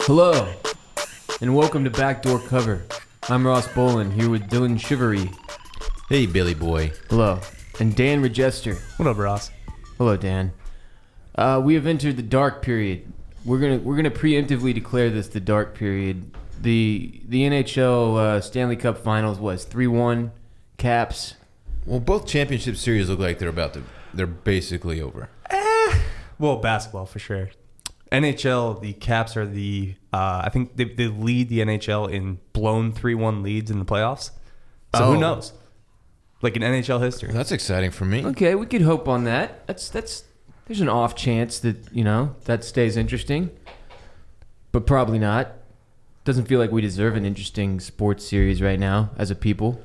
Hello, and welcome to Backdoor Cover. I'm Ross Bolin here with Dylan Shivery. Hey, Billy boy. Hello, and Dan Regester. What up, Ross? Hello, Dan. Uh, we have entered the dark period. We're gonna we're gonna preemptively declare this the dark period. The the NHL uh, Stanley Cup Finals was three one, Caps. Well, both championship series look like they're about to. They're basically over. Well, basketball for sure. NHL, the Caps are the uh, I think they, they lead the NHL in blown three one leads in the playoffs. So Oh. who knows? Like in NHL history. That's exciting for me. Okay, we could hope on that. That's that's there's an off chance that you know that stays interesting, but probably not. Doesn't feel like we deserve an interesting sports series right now as a people.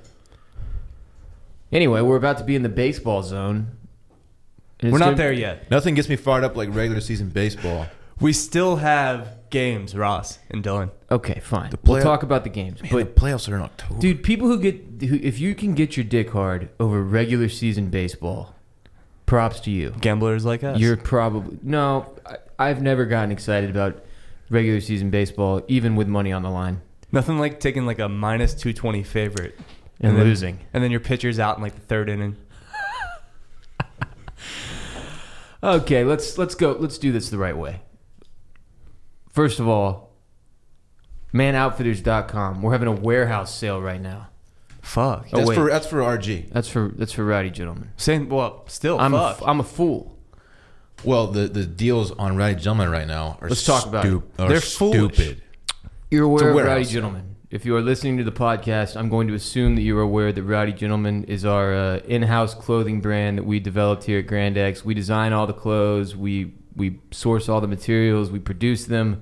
Anyway, we're about to be in the baseball zone. And it's We're gonna- not there yet. Nothing gets me fired up like regular season baseball. We still have games, Ross and Dylan. Okay, fine. playoff- we'll talk about the games, Man, but the playoffs are in October. Dude, people who get who, if you can get your dick hard over regular season baseball, props to you. Gamblers like us. You're probably no. I, I've never gotten excited about regular season baseball, even with money on the line nothing like taking like a minus two twenty favorite and, then- losing. and then your pitcher's out in like the third inning. Okay, let's let's go. Let's do this the right way. First of all, manoutfitters.com. We're having a warehouse sale right now. Fuck. Oh, that's wait. for that's for RG. That's for that's for rowdy gentlemen. Same. Well, still. I'm a, Oh, fuck. I'm a fool. Well, the the deals on Rowdy Gentlemen right now are Let's talk about stu- are They're stupid. foolish. You're It's aware a of Rowdy warehouse. Gentlemen. If you are listening to the podcast, I'm going to assume that you are aware that Rowdy Gentlemen is our uh, in-house clothing brand that we developed here at Grand X. We design all the clothes, we we source all the materials, we produce them.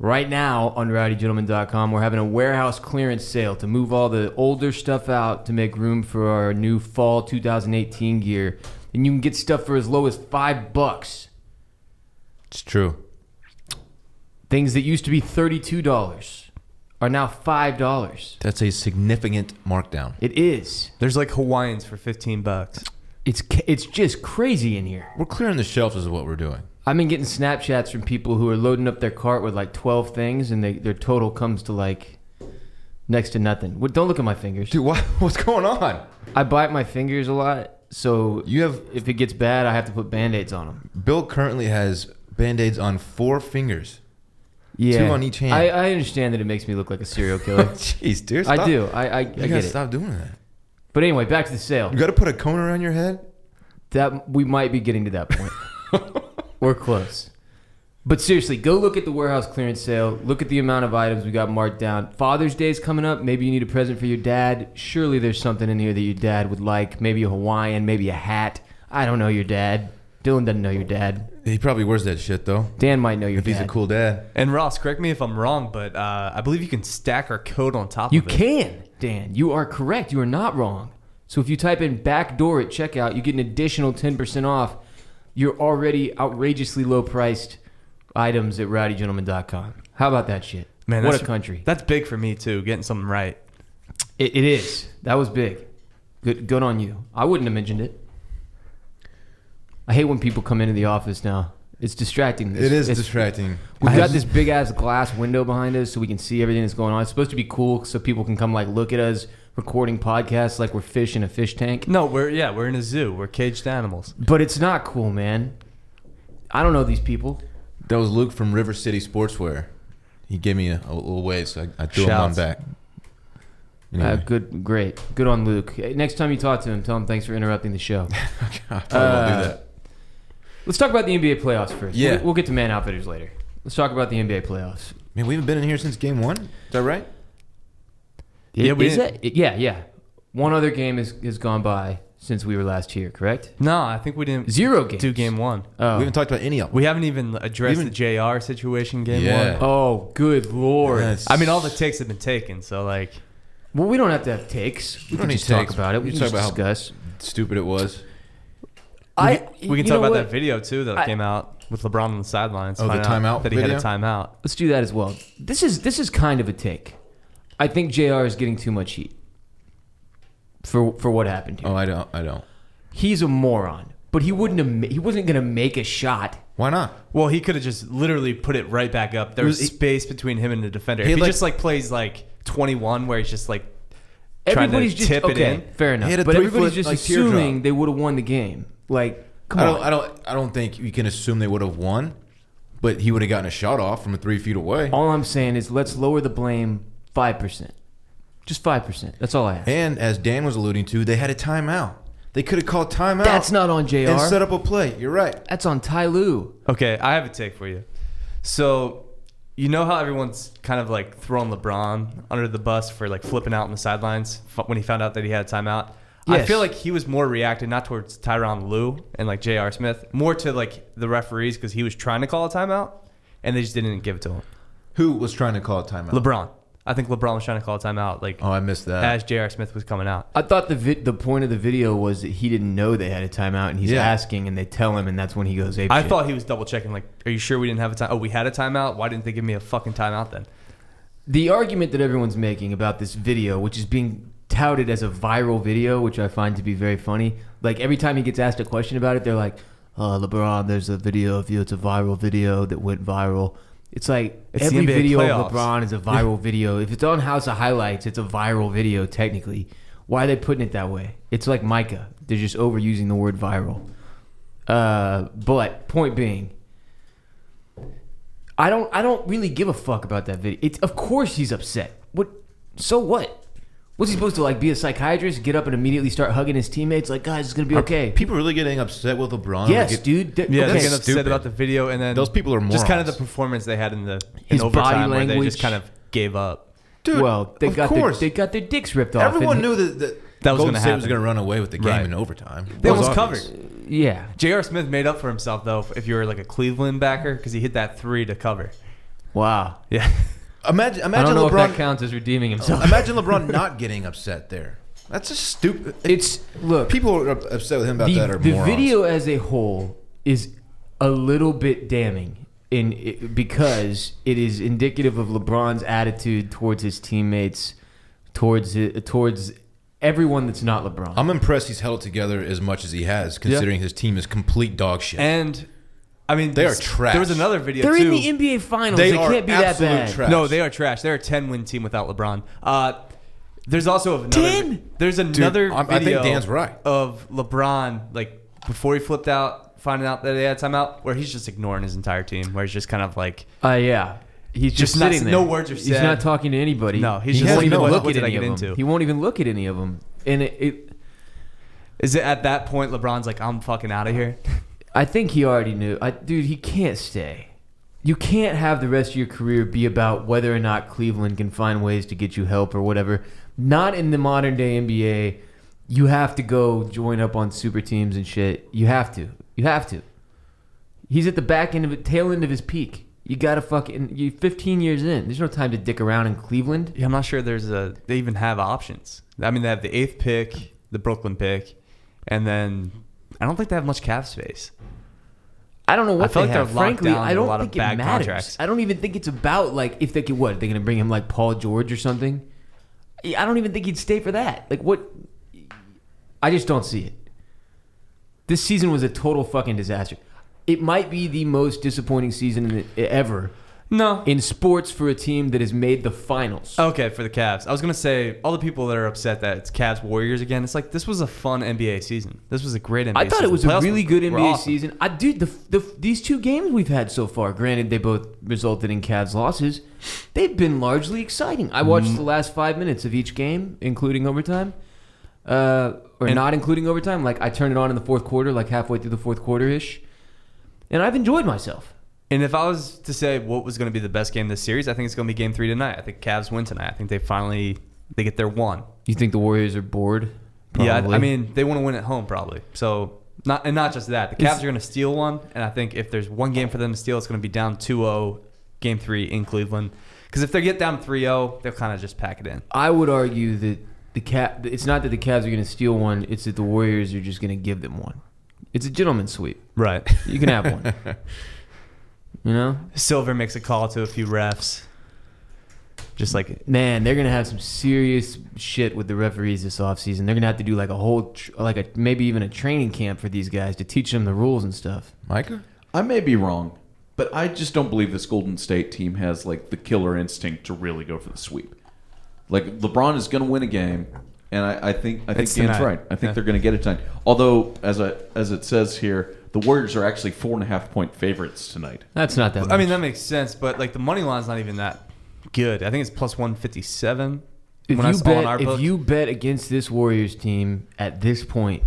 Right now on rowdygentlemen.com, we're having a warehouse clearance sale to move all the older stuff out to make room for our new fall 2018 gear. And you can get stuff for as low as 5 bucks. It's true. Things that used to be $32 are now $5. That's a significant markdown. It is. There's like Hawaiians for fifteen bucks. It's ca- it's just crazy in here. We're clearing the shelves is what we're doing. I've been getting Snapchats from people who are loading up their cart with like twelve things, and they, their total comes to like next to nothing. Well, don't look at my fingers. Dude, what what's going on? I bite my fingers a lot, so You have if it gets bad, I have to put Band-Aids on them. Bill currently has band-aids on four fingers. Yeah, on each hand. I, I understand that it makes me look like a serial killer. Jeez, dude. I stop- do. I I, I You get gotta it. stop doing that. But anyway, back to the sale. You gotta put a cone around your head. That we might be getting to that point. We're close. But seriously, go look at the warehouse clearance sale. Look at the amount of items we got marked down. Father's Day's coming up. Maybe you need a present for your dad. Surely there's something in here that your dad would like. Maybe a Hawaiian, maybe a hat. I don't know your dad. Dylan doesn't know your dad. He probably wears that shit though. Dan might know your If dad. he's a cool dad. And Ross, correct me if I'm wrong, but uh, I believe you can stack our code on top You of it. can, Dan. You are correct. You are not wrong. So if you type in backdoor at checkout, you get an additional 10% off your already outrageously low priced items at rowdygentleman.com. How about that shit? Man, what a that's- country. That's big for me too, getting something right. It, it is. That was big. Good, good on you. I wouldn't have mentioned it. I hate when people come into the office now. It's distracting. It is It's- distracting. We've got this big ass glass window behind us so we can see everything that's going on. It's supposed to be cool so people can come like look at us recording podcasts like we're fish in a fish tank. No, we're yeah, we're in a zoo. We're caged animals. But it's not cool, man. I don't know these people. That was Luke from River City Sportswear. He gave me a, a little wave, so I, I threw him on Shouts. back. Uh, Anyway, good, great. Good on Luke. Hey, Next time you talk to him, tell him thanks for interrupting the show. I probably won't uh, do that. Let's talk about the NBA playoffs first. Yeah. We'll, we'll get to Man Outfitters later. Let's talk about the NBA playoffs. Man, we haven't been in here since game one. Is that right? Yeah, we Is didn't- that- yeah, yeah. One other game has, has gone by since we were last here, correct? No, I think we didn't Zero games. do game one. Oh. We haven't talked about any of them. We haven't even addressed Even- the JR situation game Yeah. one. oh, good lord. Yes. I mean all the takes have been taken, so like Well, we don't have to have takes. We don't can need just talk takes. about it. We You can talk just about how- discuss. Stupid it was. I we can you know talk about what? that video too that I- came out with LeBron on the sidelines. Oh, the find out timeout that he had a video? timeout. Let's do that as well. This is this is kind of a take. I think Jr. is getting too much heat for for what happened here. Oh, I don't. I don't. He's a moron, but he wouldn't have, ma- he wasn't going to make a shot Why not? Well, he could have just literally put it right back up. There was He- space between him and the defender. He If he like- just like plays like 21, where he's just like trying Everybody's to just tip okay, it in. Fair enough. He had a But three everybody's foot, just like, teardrop. assuming they would have won the game. Like, come I don't, on. I don't. I don't think you can assume they would have won, but he would have gotten a shot off from three feet away. all I'm saying is let's lower the blame five percent. Just five percent. That's all I ask. And as Dan was alluding to, they had a timeout. They could have called timeout. That's not on Jr. and set up a play. You're right. That's on Ty Lue. Okay, I have a take for you. So, you know how everyone's kind of like throwing LeBron under the bus for like flipping out on the sidelines f- when he found out that he had a timeout? I Yes. feel like he was more reactive not towards Tyron Lue and like J.R. Smith, more to like the referees because he was trying to call a timeout and they just didn't give it to him. Who was trying to call a timeout? LeBron. I think LeBron was trying to call a timeout like Oh, I missed that. as J.R. Smith was coming out. I thought the vi- the point of the video was that he didn't know they had a timeout, and he's Yeah. asking, and they tell him, and that's when he goes apeshit. I thought he was double checking, like, are you sure we didn't have a time? Oh, we had a timeout? Why didn't they give me a fucking timeout then? the argument that everyone's making about this video, which is being touted as a viral video, which I find to be very funny. Like every time he gets asked a question about it, they're like, uh, "LeBron, there's a video of you. It's a viral video that went viral." It's like It's the every NBA video playoffs. of LeBron is a viral video. If it's on House of Highlights, it's a viral video technically. Why are they putting it that way? It's like Micah. They're just overusing the word viral. Uh, but point being, I don't I don't really give a fuck about that video. It's of course he's upset. What so what? Was he supposed to like be a psychiatrist, get up and immediately start hugging his teammates like guys it's gonna be Are okay. People really getting upset with LeBron. yes, Like, it- dude. Th- okay. Yeah, they're that's upset stupid. about the video, and then Those people are Just kind of morons. the performance they had in the His in body overtime where they language. just kind of gave up. dude. well, they of got course. their they got their dicks ripped off. Everyone and- knew that, that, That was Golden gonna State was happen. going to run away with the game Right. in overtime. They It was almost obvious. covered. Yeah. J.R. Smith made up for himself though. If you were like a Cleveland backer, because he hit that three to cover. Wow. Yeah, Imagine, I imagine don't know if that LeBron. counts as redeeming himself. Imagine LeBron not getting upset there. That's just stupid. It's look people are up- upset with him about the, that. Are the morons. video as a whole is a little bit damning in because it is indicative of LeBron's attitude towards his teammates, towards hi- towards everyone that's not LeBron. I'm impressed he's held it together as much as he has, considering his team is complete dog shit. and I mean They this- are trash. There was another video They're too. in the NBA Finals. They They, are can't be that absolute bad. trash. no, they are trash. They're a ten win team without LeBron. Uh, there's also another. 10? There's another I'm- I think video. Dan's right. Of LeBron, like before he flipped out, finding out that they had a timeout, where he's just ignoring his entire team, where he's just kind of like. Uh, yeah. He's just, Just not- sitting there. no words are He's said. not talking to anybody. No, he's he just won't like, even what- look what at did I any of get them. into? He won't even look at any of them. And it, it, Is it at that point LeBron's like, I'm fucking out of here? I think he already knew. I, dude, he can't stay. You can't have the rest of your career be about whether or not Cleveland can find ways to get you help or whatever. Not in the modern day NBA. You have to go join up on super teams and shit. You have to. You have to. He's at the back end of it, tail end of his peak. You gotta fucking. You 15 years in. There's no time to dick around in Cleveland. Yeah, I'm not sure there's a they even have options. I mean, they have the eighth pick, the Brooklyn pick, and then I don't think they have much cap space. I don't know what I feel they like have. they're locked Frankly, down I to a don't lot of think it bad matters. contracts. I don't even think it's about like if they could what are they going to bring him like Paul George or something. I don't even think he'd stay for that. Like what? I just don't see it. This season was a total fucking disaster. It might be the most disappointing season in the, ever No. in sports for a team that has made the finals. Okay, for the Cavs. I was gonna say all the people that are upset that it's Cavs Warriors again. It's like this was a fun NBA season. This was a great NBA. I thought it season. was Playoffs a really good were NBA awesome. season. I dude, the, the these two games we've had so far, granted they both resulted in Cavs losses, they've been largely exciting. I watched the last five minutes of each game, including overtime, uh, or And- not including overtime. Like I turned it on in the fourth quarter, like halfway through the fourth quarter ish, and I've enjoyed myself. And if I was to say what was gonna be the best game this series, I think it's gonna be Game Three tonight. I think Cavs win tonight. I think they finally they get their one. You think the Warriors are bored? Yeah, I- I mean they want to win at home probably. So not and not just that, the Cavs It's- are going to steal one, and I think if there's one game for them to steal, it's going to be down 2-0 game three in Cleveland. Because if they get down 3-0, they'll kind of just pack it in. I would argue that the cat. It's not that the Cavs are going to steal one; it's that the Warriors are just going to give them one. It's a gentleman's sweep. Right. You can have one. you know, Silver makes a call to a few refs, just like man, they're gonna have some serious shit with the referees this offseason. They're gonna have to do like a whole, tr- like a maybe even a training camp for these guys to teach them the rules and stuff. Micah. I may be wrong, but I just don't believe this Golden State team has like the killer instinct to really go for the sweep. Like LeBron is going to win a game, and I, I think I think It's Dan's tonight. right. I think Yeah. they're going to get it tonight. Although, as I, as it says here, the Warriors are actually four and a half point favorites tonight. That's not that. Much. I mean, that makes sense, but like the money line's not even that good. I think it's plus one fifty seven. if you on bet if book. you bet against this Warriors team at this point,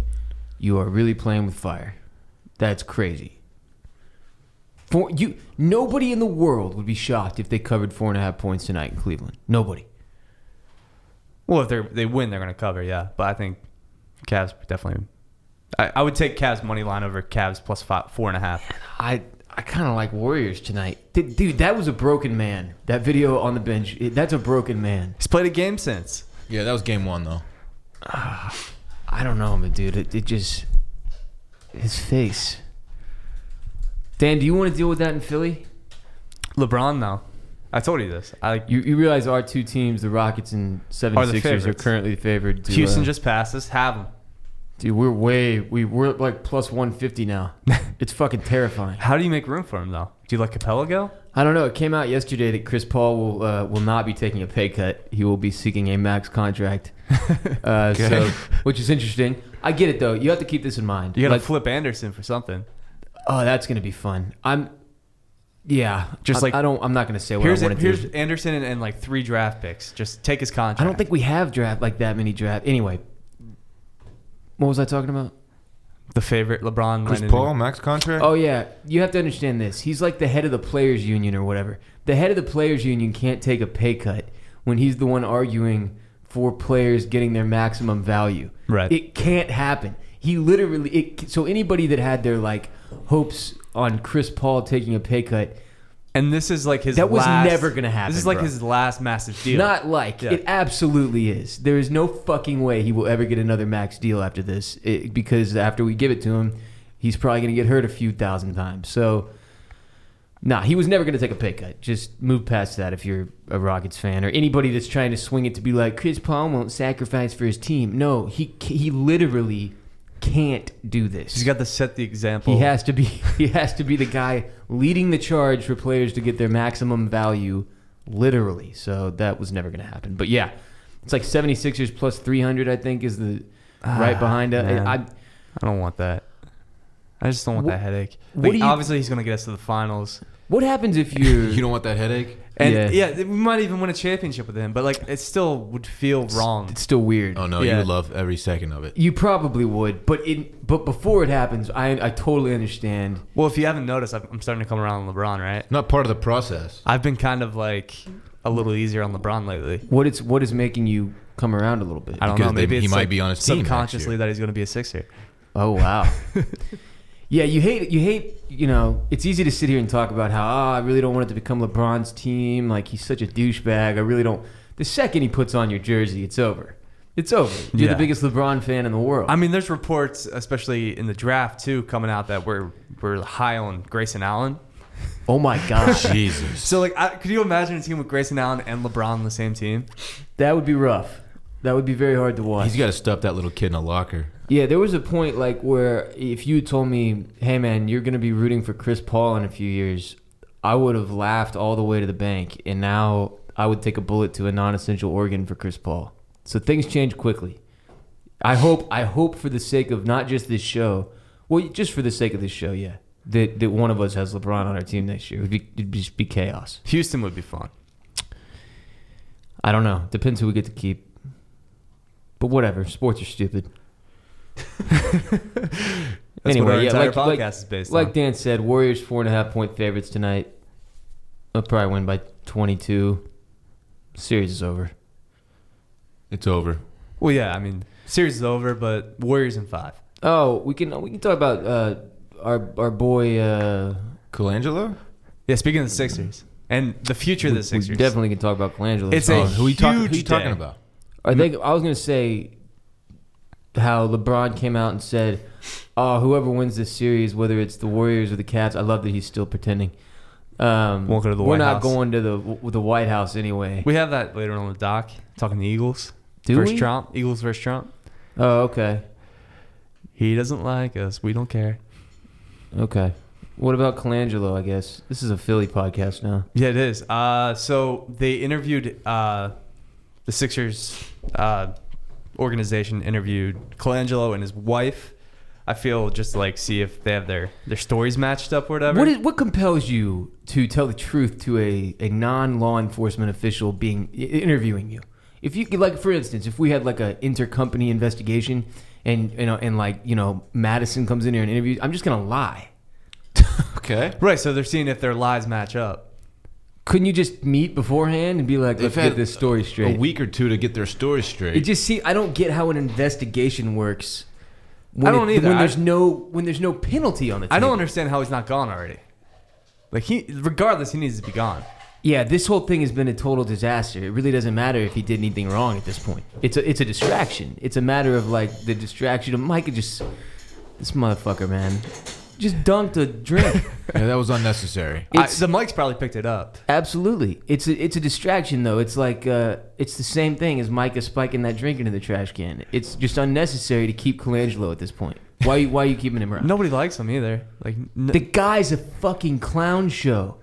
you are really playing with fire. That's crazy. For you, nobody in the world would be shocked if they covered four and a half points tonight in Cleveland. Nobody. well, if they they win, they're going to cover. Yeah, but I think Cavs definitely. I, I would take Cavs money line over Cavs plus five, four and a half. I I kind of like Warriors tonight, D- dude. That was a broken man. That video on the bench. it- that's a broken man. He's played a game since. Yeah, that was game one though. I don't know, man, dude. It, it just his face. Dan, do you want to deal with that in Philly? LeBron, though, I told you this. I like You, you realize our two teams, the Rockets and 76ers, are, favorites. currently favored. To, Houston uh, just passed us. Have him. dude, we're way we we're like plus 150 now. it's fucking terrifying. How do you make room for him though? Do you let Capella go? I don't know. It came out yesterday that Chris Paul will uh, will not be taking a pay cut. He will be seeking a max contract, uh, so which is interesting. I get it though. You have to keep this in mind. You got to Like, flip Anderson for something. oh, that's gonna be fun. I'm, yeah. Just I- like- I don't. I'm not gonna say what Here's I want to here's do. Anderson and, and like three draft picks. Just take his contract. I don't think we have draft like that many draft. Anyway, what was I talking about? the favorite LeBron. Chris Lennon- Paul max contract. Oh yeah, you have to understand this. He's like the head of the players union or whatever. The head of the players union can't take a pay cut when he's the one arguing for players getting their maximum value. Right. It can't happen. He literally it so anybody that had their like hopes on Chris Paul taking a pay cut, And this is like his. That was last- never gonna happen, This is like bro. his last massive deal. not like Yeah. it absolutely is. There is no fucking way he will ever get another max deal after this it, because after we give it to him, he's probably going to get hurt a few thousand times. So Nah, he was never going to take a pay cut. Just move past that if you're a Rockets fan or anybody that's trying to swing it to be like Chris Paul won't sacrifice for his team. No, he c- he literally can't do this. He's got to set the example. he has to be he has to be the guy leading the charge for players to get their maximum value literally. So that was never going to happen. But yeah, it's like 76ers plus 300 I think is the right Ah, behind us. man. I, I don't want that. I just don't want Wh- that headache. what Like, do you- obviously, he's gonna get us to the finals, what happens if you're You don't want that headache. and Yeah. yeah. we might even win a championship with him. But like, it still would feel wrong. it's still weird. Oh no, Yeah. you would love every second of it. You probably would, but it but before it happens, I I totally understand. Well, if you haven't noticed, I'm I'm starting to come around on LeBron, right? Not part of the process. I've been kind of like a little easier on LeBron lately. What it's what is making you come around a little bit? I don't Because know. they- Maybe he it's might like be on his team next subconsciously year. that he's going to be a Sixer. Oh wow. yeah, you hate you hate you know. It's easy to sit here and talk about how "Ah, I really don't want it to become LeBron's team. Like he's such a douchebag. I really don't. The second he puts on your jersey, it's over. It's over. You're Yeah. the biggest LeBron fan in the world. I mean, there's reports, especially in the draft too, coming out that we're we're high on Grayson Allen. oh my gosh, Jesus. So like, I, could you imagine a team with Grayson Allen and LeBron on the same team? that would be rough. That would be very hard to watch. He's got to stuff that little kid in a locker. Yeah, there was a point like where if you told me, "Hey man, you're going to be rooting for Chris Paul in a few years," I would have laughed all the way to the bank, and now I would take a bullet to a non-essential organ for Chris Paul. So things change quickly. I hope I hope for the sake of not just this show, well, just for the sake of this show, yeah. That that one of us has LeBron on our team next year. It would be it'd just be chaos. Houston would be fun. I don't know. Depends who we get to keep. But whatever, sports are stupid. That's Anyway, what our yeah, entire like- like- podcast is based Like on. Dan said, Warriors four and a half point favorites tonight. They'll probably win by twenty two. Series is over. It's over. Well, yeah, I mean, series is over, but Warriors in five. Oh, we can we can talk about uh, our our boy. Uh, Colangelo? Yeah, speaking of the Sixers and the future of the we Sixers, definitely can talk about Colangelo. Oh, It's a who you, talk- who huge you talking day. about? Are they? I was gonna say how LeBron came out and said, "Oh, whoever wins this series, whether it's the Warriors or the Cavs, I love that he's still pretending." Um, Won't go to the we're White not House. going to the the White House anyway. We have that later on with Doc talking to Eagles Do versus we? Trump. Eagles versus Trump. Oh, okay, He doesn't like us. We don't care. okay. What about Colangelo? I guess this is a Philly podcast now. Yeah, it is. Uh, so they interviewed uh, the Sixers uh, organization interviewed Colangelo and his wife. I feel just to, like see if they have their their stories matched up or whatever. What is what compels you to tell the truth to a, a non law enforcement official being i- interviewing you? If you like, for instance, if we had like a intercompany investigation, and you know, and like you know, Madison comes in here and interviews, I'm just gonna lie. Okay. right, so they're seeing if their lies match up. Couldn't you just meet beforehand and be like, let's They've had get this story A straight? week or two to get their story straight. It just see, I don't get how an investigation works. When I don't it- either. When I- there's no when there's no penalty on the table. I don't understand how he's not gone already. Like he, regardless, he needs to be gone. Yeah, this whole thing has been a total disaster. It really doesn't matter if he did anything wrong at this point. It's a it's a distraction. It's a matter of like the distraction of Micah just this motherfucker, man. Just dunked a drink. yeah, that was unnecessary. I- It's- the mic's probably picked it up. Absolutely. It's a, it's a distraction though. It's like uh, it's the same thing as Micah spiking that drink into the trash can. It's just unnecessary to keep Colangelo at this point. Why you- why are you keeping him around? Nobody likes him either. Like n- The guy's a fucking clown show.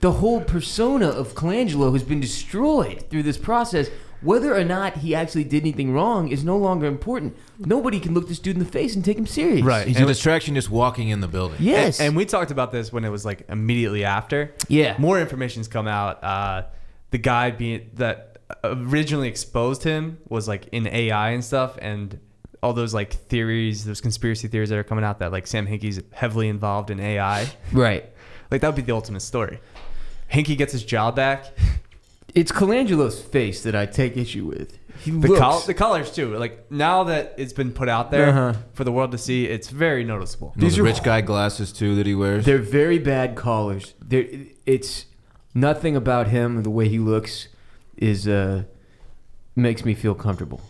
The whole persona of Colangelo has been destroyed through this process. Whether or not he actually did anything wrong is no longer important. Nobody can look this dude in the face and take him serious. Right. He's a And- distraction just walking in the building. Yes. And, and we talked about this when it was like immediately after. Yeah. More information's come out. Uh, the guy being that originally exposed him was like in AI and stuff, and all those like theories, those conspiracy theories that are coming out that like Sam Hinkie's heavily involved in AI. right. like that would be the ultimate story. Hinkie gets his job back. It's Colangelo's face that I take issue with. He The, looks. col- the colors too. Like now that it's been put out there Uh-huh. for the world to see, it's very noticeable. You know, These the are- rich guy glasses too that he wears. They're very bad callers. They're, it's nothing about him. The way he looks is uh, makes me feel comfortable.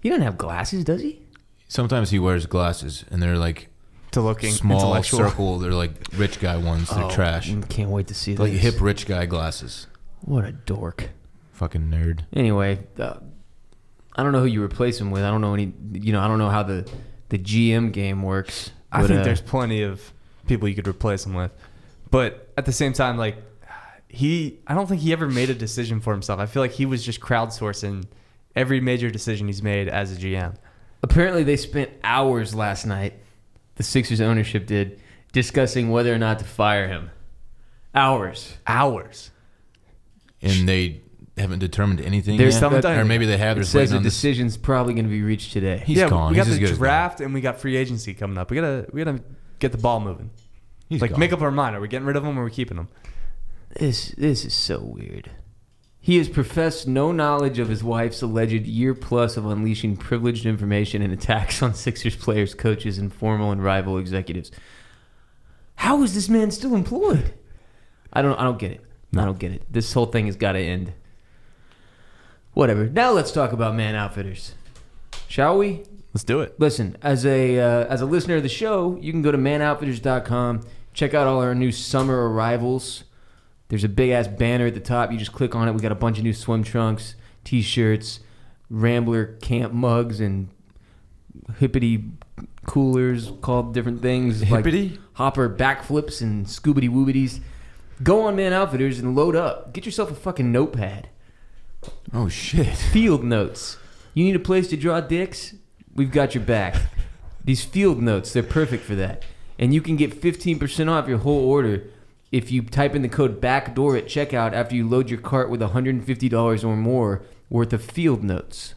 He doesn't have glasses, does he? Sometimes he wears glasses and they're like To looking small intellectual. circle. They're like rich guy ones. They're Oh, trash. Can't wait to see Like this. hip rich guy glasses. What a dork. Fucking nerd. Anyway, uh, I don't know who you replace him with. I don't know any. You know, I don't know how the the GM game works. I but, think uh, there's plenty of people you could replace him with. But at the same time, like he I don't think he ever made a decision for himself. I feel like he was just crowdsourcing every major decision he's made as a GM. apparently they spent hours last night. The Sixers ownership did discussing whether or not to fire him. Hours. Hours. And they haven't determined anything. There's yet? something- Or maybe they have. It There's says waiting the on this- decision's probably going to be reached today. He's yeah, gone. we got He's as the good as gone. draft and we got free agency coming up. We gotta we gotta get the ball moving. He's like gone. make up our mind. Are we getting rid of him or are we keeping him? This this is so weird. He has professed no knowledge of his wife's alleged year plus of unleashing privileged information and attacks on Sixers players, coaches, and formal and rival executives. How is this man still employed? I don't I don't get it. I don't get it. This whole thing has got to end. Whatever. Now let's talk about man outfitters. Shall we? Let's do it. Listen, as a uh, as a listener of the show, you can go to manoutfitters.com, check out all our new summer arrivals. There's a big ass banner at the top. You just click on it. We got a bunch of new swim trunks, t-shirts, Rambler camp mugs, and hippity coolers called different things Hippity? like hopper backflips and scoobity woobities. Go on Man Outfitters and load up. Get yourself a fucking notepad Oh shit. field notes. You need a place to draw dicks? We've got your back. These field notes, they're perfect for that. And you can get 15% off your whole order if you type in the code BACKDOOR at checkout after you load your cart with $150 or more worth of field notes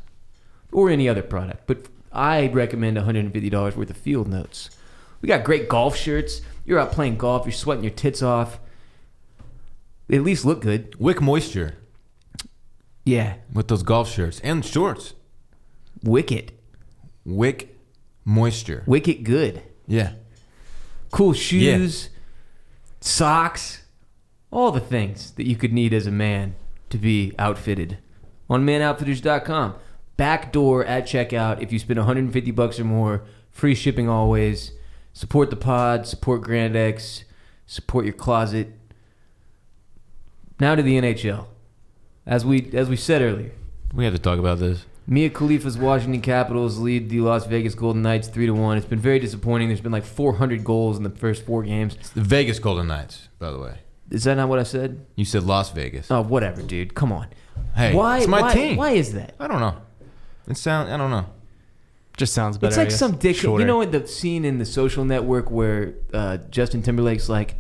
or any other product. But I recommend $150 worth of field notes. We got great golf shirts. You're out playing golf, you're sweating your tits off. They at least look good. Wick moisture Yeah. with those golf shirts and shorts. Wicked. Wick moisture. Wicked good. Yeah. cool shoes, socks, all the things that you could need as a man to be outfitted on manoutfitters.com. Backdoor at checkout if you spend 150 bucks or more, free shipping always. Support the pod, support Grand X, support your closet. Now to the NHL. As we as we said earlier, We had to talk about this. Mia Khalifa's Washington Capitals lead the Las Vegas Golden Knights three to one. It's been very disappointing. There's been like 400 goals in the first four games. It's the Vegas Golden Knights, by the way. Is that not what I said? You said Las Vegas. Oh, whatever, dude. Come on. Hey, why? it's my why, team. Why is that? I don't know. It sound. I don't know. Just sounds better. it's I like guess. some dick. You Shorter. know what the scene in the Social Network where uh, Justin Timberlake's like,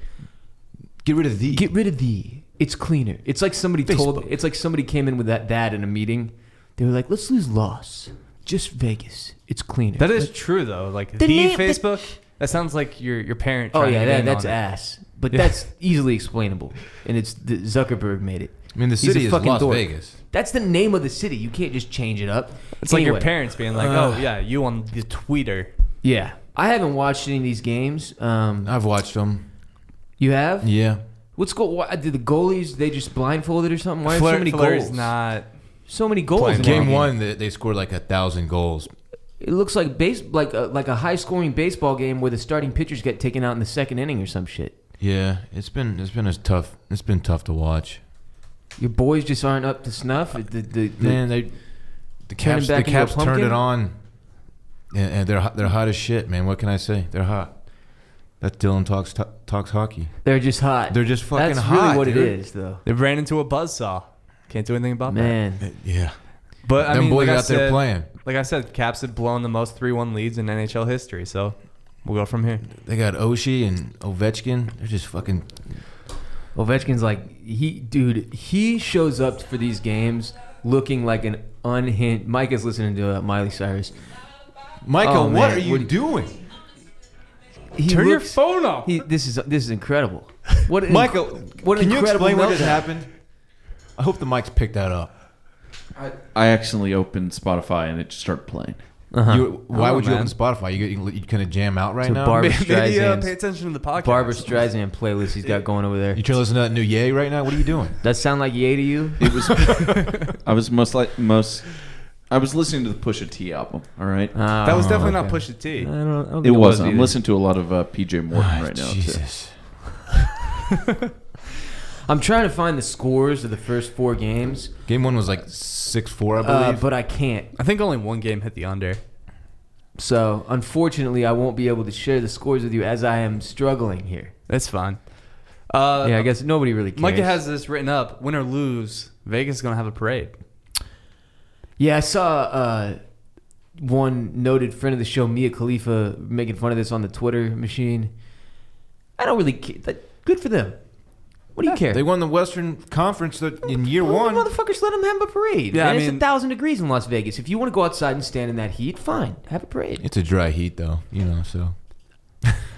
Get rid of the. "Get rid of the. It's cleaner." It's like somebody told. Facebook. It's like somebody came in with that that in a meeting. They were like, "Let's lose loss. Just Vegas. It's cleaner." That is true though. Like the, name- the- Facebook. That sounds like your your parent. Oh trying to yeah, get that, in that's on it. ass. But Yeah. that's easily explainable, and it's the, Zuckerberg made it. I mean, the He's a city is fucking Las dork. Vegas. That's the name of the city. You can't just change it up. It's like your Anyway, parents being like, Uh. "Oh yeah, you on the Twitter." Yeah, I haven't watched any of these games. Um, I've watched them. you have? Yeah. What's go? Why, did the goalies they just blindfolded or something? Why are Fleur- so many Fleur's goals? Not. So many goals. Playing in Game that one, they, they scored like a thousand goals. It looks like base like a, like a high scoring baseball game where the starting pitchers get taken out in the second inning or some shit. Yeah, it's been it's been a tough it's been tough to watch. Your boys just aren't up to snuff. The, the, the, Man, they the Turn 'em Caps back the into a Caps turned pumpkin? it on, and, and they're hot- they're hot as shit, man. What can I say? They're hot. That Dylan talks t- talks hockey. they're just hot. They're just fucking That's hot. really what dude. it is, though. They ran into a buzzsaw. Can't do anything about Man, Yeah, that. But I them mean, boys like I out there said- playing. Like I said, Caps had blown the most three-one leads in NHL history, so we'll go from here. They got Oshie and Ovechkin. They're just fucking. Ovechkin's like he, dude. He shows up for these games looking like an unhinged. Mike is listening to uh, Miley Cyrus. Michael, Oh, what man, are you what do you- doing? He Turn your looks- phone off. He, this is this is incredible. What an inc- Michael, what an can you incredible explain what just meltdown. happened? I hope the mics picked that up. I, I accidentally opened Spotify and it just started playing. Uh-huh. You, why Oh, would you man. open Spotify? You you, you kind of jam out right To now. Barbra Maybe uh, Streisand's- pay attention to the podcast. Barbara Streisand playlist he's got going over there. you trying to listen to that new Yay right now? What are you doing? That sound like yay to you? It was I was most like most I was listening to the Pusha T album. All right, Uh, That was definitely Oh, not Pusha T. I don't, I don't it think wasn't. I'm either. listening to a lot of uh, PJ Morton right now too. Ah, Jesus. I'm trying to find the scores of the first four games, Game one was like six four, I uh, believe. but I can't. I think only one game hit the under. So unfortunately, I won't be able to share the scores with you as I am struggling here. That's fine. Uh, yeah, I guess nobody really cares. Micah has this written up. Win or lose, Vegas is gonna have a parade. Yeah, I saw uh, one noted friend of the show, Mia Khalifa, making fun of this on the Twitter machine. I don't really care. That, good for them. What do you care? they won the Western Conference th- in year Well, one. motherfuckers, let them have a parade. Yeah, man, I it's a mean- thousand degrees in Las Vegas. If you want to go outside and stand in that heat, fine, have a parade. It's a dry heat though, you know. So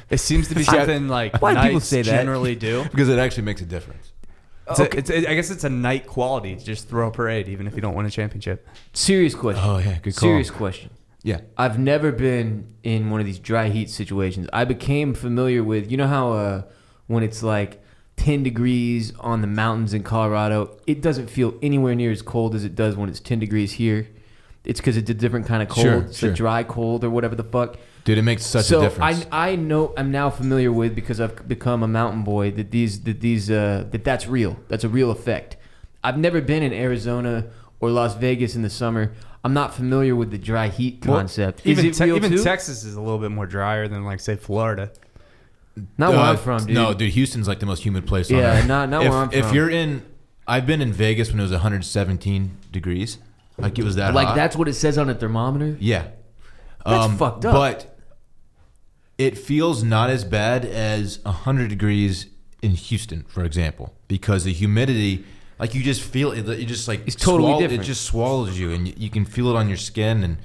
It seems to be I- something like Why do people nights say that? generally do. because it actually makes a difference. It's a- it's a- I guess it's a night quality to just throw a parade, even if you don't win a championship. Serious question. Oh yeah, good call. Serious question. Yeah, I've never been in one of these dry heat situations. I became familiar with you know how uh, when it's like 10 degrees on the mountains in Colorado, it doesn't feel anywhere near as cold as it does when it's 10 degrees here. It's because it's a different kind of cold. Sure, it's sure. a dry cold or whatever the fuck. dude, it makes such so a difference. I I know I'm now familiar with because I've become a mountain boy that these that these uh, that that's real. That's a real effect. I've never been in Arizona or Las Vegas in the summer. I'm not familiar with the dry heat Well, concept. Is Even it Te- real even too? Texas is a little bit more drier than like say Florida. Not where Uh, I'm from, dude. No, dude, Houston's like the most humid place. on Yeah, earth. not- not if, where I'm If from. you're in, I've been in Vegas when it was 117 degrees. Like it was that. like hot. that's what it says on a thermometer. Yeah. Um, That's fucked up. But it feels not as bad as 100 degrees in Houston, for example, because the humidity, like you just feel it, it just like It's totally swall- different. It just swallows you, and you, you can feel it on your skin, and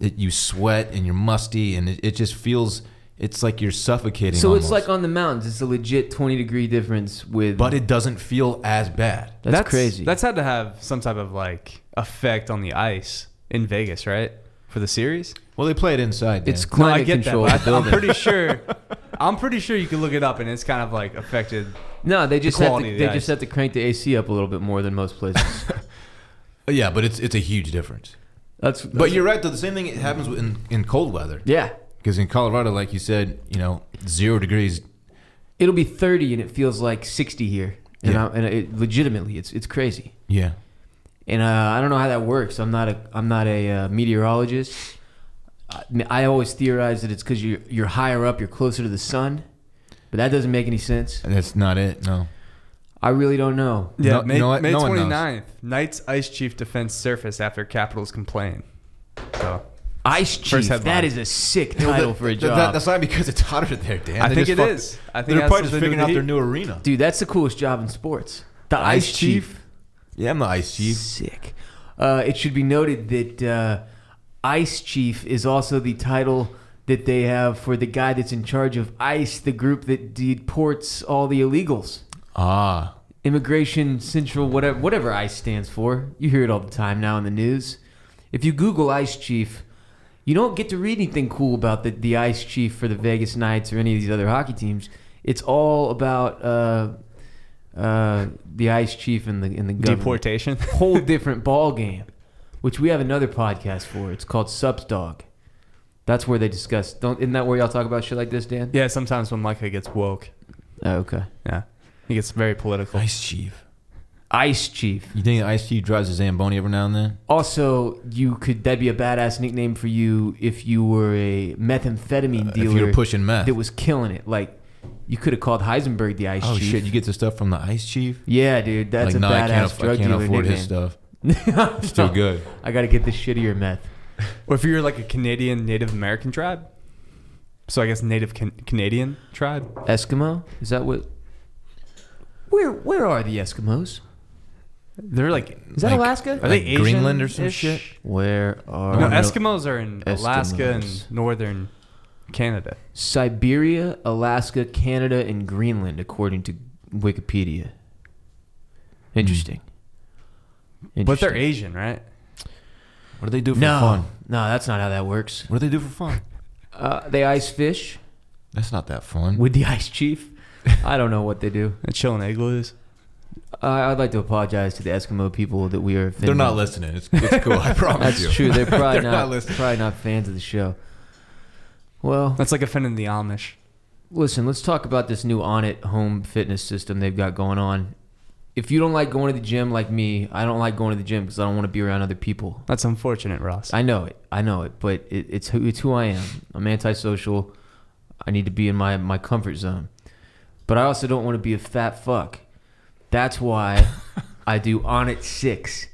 it, you sweat, and you're musty, and it, it just feels it's like you're suffocating. So it's almost. like on the mountains. It's a legit 20 degree difference with. but it doesn't feel as bad. that's, crazy. That's had to have some type of like effect on the ice in Vegas, right? For the series, Well, they play it inside. Dan. it's climate control. but I, am pretty sure. I'm pretty sure you can look it up, and it's kind of like affected. no, they just have to, quality of the they ice. just have to crank the AC up a little bit more than most places. yeah, but it's it's a huge difference. That's, But you're right though. The same thing happens in in cold weather. yeah. Because in Colorado, like you said, you know, zero degrees. It'll be 30 and it feels like 60 here. And, Yeah. I, and it, legitimately, it's it's crazy. Yeah. and uh, I don't know how that works. I'm not a I'm not a uh, meteorologist. I, I always theorize that it's because you're you're higher up, you're closer to the sun, but that doesn't make any sense. And that's not it. No. I really don't know. Yeah, No- May, no one- May no one knows. 29th, Knights Ice Chief defense surface after Capitals complain. So Ice Chief. headline. That is a sick title for a Th- th- job, that's not because it's hotter there, Dan. I They think just it fucked- is. I think it they're has probably just something to do figuring with out the their heat. new arena. dude. That's the coolest job in sports. The Ice, Ice Chief. Chief. Yeah, I'm the ice chief. Sick. Uh, it should be noted that uh, Ice Chief is also the title that they have for the guy that's in charge of ICE, the group that deports all the illegals. Ah, Immigration Central, whatever, whatever ICE stands for. You hear it all the time now in the news. If you Google Ice Chief, you don't get to read anything cool about the, the Ice Chief for the Vegas Knights or any of these other hockey teams. It's all about uh, uh, the Ice Chief and the and the government deportation. whole different ball game, which we have another podcast for. It's called Subs Dog. That's where they discuss. Don't isn't that where y'all talk about shit like this, Dan? yeah, sometimes when Micah gets woke, Oh, okay. yeah, he gets very political. ice chief. Ice Chief. You think the ice chief drives a zamboni every now and then? Also, you could that'd be a badass nickname for you if you were a methamphetamine Uh, If you dealer were pushing meth. that was killing it. Like you could have called Heisenberg the Ice oh Chief. shit! You get the stuff from the ice chief. yeah, dude, that's a no, badass I can't, aff- I drug can't dealer afford nickname. his stuff. It's too No, good. I gotta get the shittier meth. Or if you're like a Canadian Native American tribe, so I guess Native can- Canadian tribe. Eskimo? Is that what? Where Where are the Eskimos? They're like Is that Like- Alaska? are they Like Greenland or Asian-ish? some shit? Where are No, Eskimos are in Alaska Eskimos. and northern Canada. Siberia, Alaska, Canada, and Greenland, according to Wikipedia. Interesting. But they're Interesting. Asian, right? What do they do for no, fun? no, that's not how that works. What do they do for fun? Uh, they ice fish That's not that fun. with the ice chief. I don't know what they do. And chilling igloos. Uh, I'd like to apologize to the Eskimo people that we are. Offending. They're not listening. It's, it's cool. I promise That's you. true. They're probably They're not, not listening. probably not fans of the show. Well, That's like offending the Amish. Listen, let's talk about this new Onnit home fitness system they've got going on. If you don't like going to the gym like me, I don't like going to the gym because I don't want to be around other people. That's unfortunate, Ross. I know it. I know it. But it, it's who it's who I am. I'm antisocial. I need to be in my, my comfort zone. But I also don't want to be a fat fuck. That's why I do On It Six.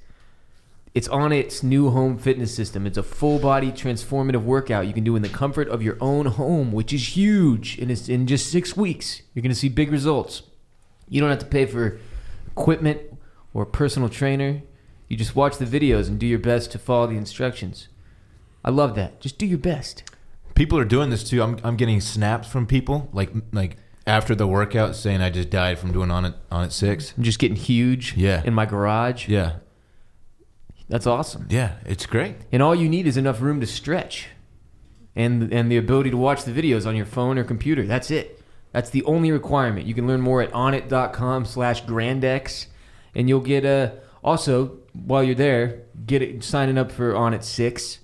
It's on its new home fitness system. It's a full body transformative workout you can do in the comfort of your own home, which is huge. And it's in just six weeks. You're gonna see big results. You don't have to pay for equipment or a personal trainer. You just watch the videos and do your best to follow the instructions. I love that. Just do your best. People are doing this too. I'm, I'm getting snaps from people like like after the workout saying I just died from doing on it on it six. I'm just getting huge Yeah. in my garage. Yeah, That's awesome. yeah, it's great. And all you need is enough room to stretch and and the ability to watch the videos on your phone or computer. That's it. That's the only requirement. You can learn more at onit.com slash grandex. And you'll get a, also, while you're there, get it, signing up for Onit 6.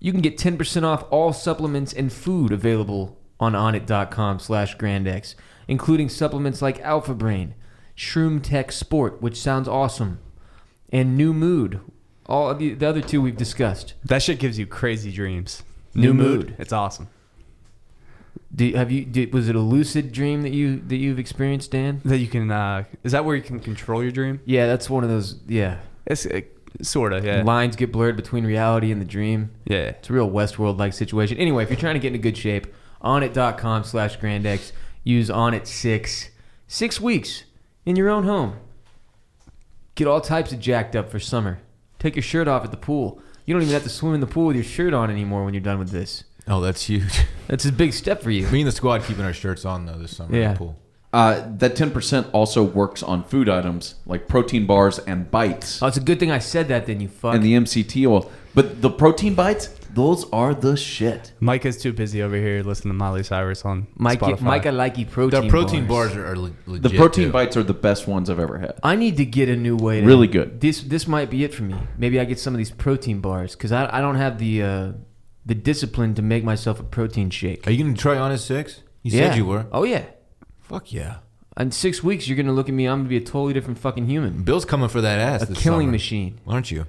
You can get 10% off all supplements and food available on onit.com slash grandex, including supplements like Alpha Brain, Shroom Tech Sport, which sounds awesome, and New Mood. All of the, the other two we've discussed. That shit gives you crazy dreams. New mood. It's awesome. Do, have you? Did, was it a lucid dream that you that you've experienced, Dan? That you can. Uh, is that where you can control your dream? Yeah, that's one of those. Yeah, It's uh, sort of. Yeah. lines get blurred between reality and the dream. Yeah. It's a real Westworld like situation. Anyway, if you're trying to get into good shape, onit.com slash grandex, use onit six. Six weeks in your own home. Get all types of jacked up for summer. Take your shirt off at the pool. You don't even have to swim in the pool with your shirt on anymore when you're done with this. Oh, that's huge. That's a big step for you. Me and the squad keeping our shirts on though this summer. Yeah. Yeah. Pool. Uh, that 10% also works on food items like protein bars and bites Oh, it's a good thing I said that then, you fuck. and the MCT oil. But the protein bites, those are the shit. Mike is too busy over here listening to Miley Cyrus on Mike, Spotify. Mike, I like you protein The protein bars. bars, are, are le- legit. The protein too. bites are the best ones I've ever had. I need to get a new way. To, Really good. This this might be it for me. Maybe I get some of these protein bars because I, I don't have the uh, the discipline to make myself a protein shake. Are you gonna try on it six? You yeah. said you were. Oh yeah. Fuck yeah. In six weeks, you're gonna look at me. I'm gonna be a totally different fucking human, Bill's coming for that ass. a this killing summer, machine. aren't you?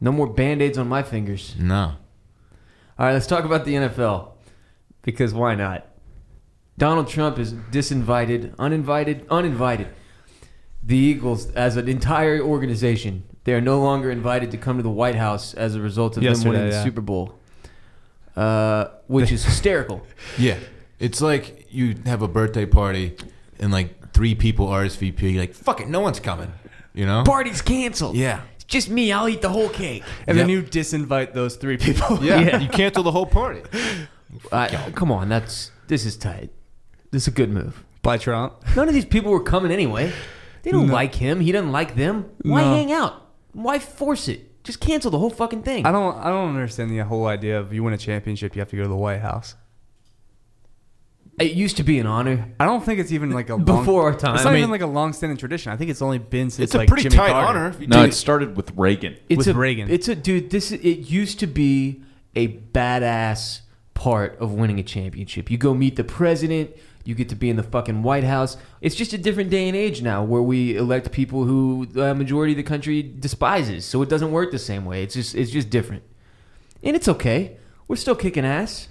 No more band aids on my fingers. No. All right, let's talk about the NFL because why not? Donald Trump is disinvited, uninvited, uninvited. The Eagles, as an entire organization, they are no longer invited to come to the White House as a result of them Yesterday, winning the yeah. Super Bowl, uh, which is hysterical. Yeah, it's like you have a birthday party and like three people RSVP. You're like, fuck it, no one's coming. You know? Party's canceled. Yeah. It's just me. I'll eat the whole cake. And then Yep. you disinvite those three people. yeah, You cancel the whole party. I, come on, that's this is tight. This is a good move. By Trump. None of these people were coming anyway. They don't No. like him. He doesn't like them. Why No. hang out? Why force it? Just cancel the whole fucking thing. I don't I don't understand the whole idea of you win a championship, you have to go to the White House. It used to be an honor. I don't think it's even like a Before long, our time. It's not I mean- even like a long standing tradition. I think it's only been since It's, like a pretty Jimmy tight Carter. honor. If you No, do it started with Reagan. It's With a, Reagan. It's a dude. This is- it used to be a badass part of winning a championship. You go meet the president. You get to be in the fucking White House. It's just a different day and age now, where we elect people who the majority of the country despises. So it doesn't work the same way. It's just it's just different, and it's okay. We're still kicking ass,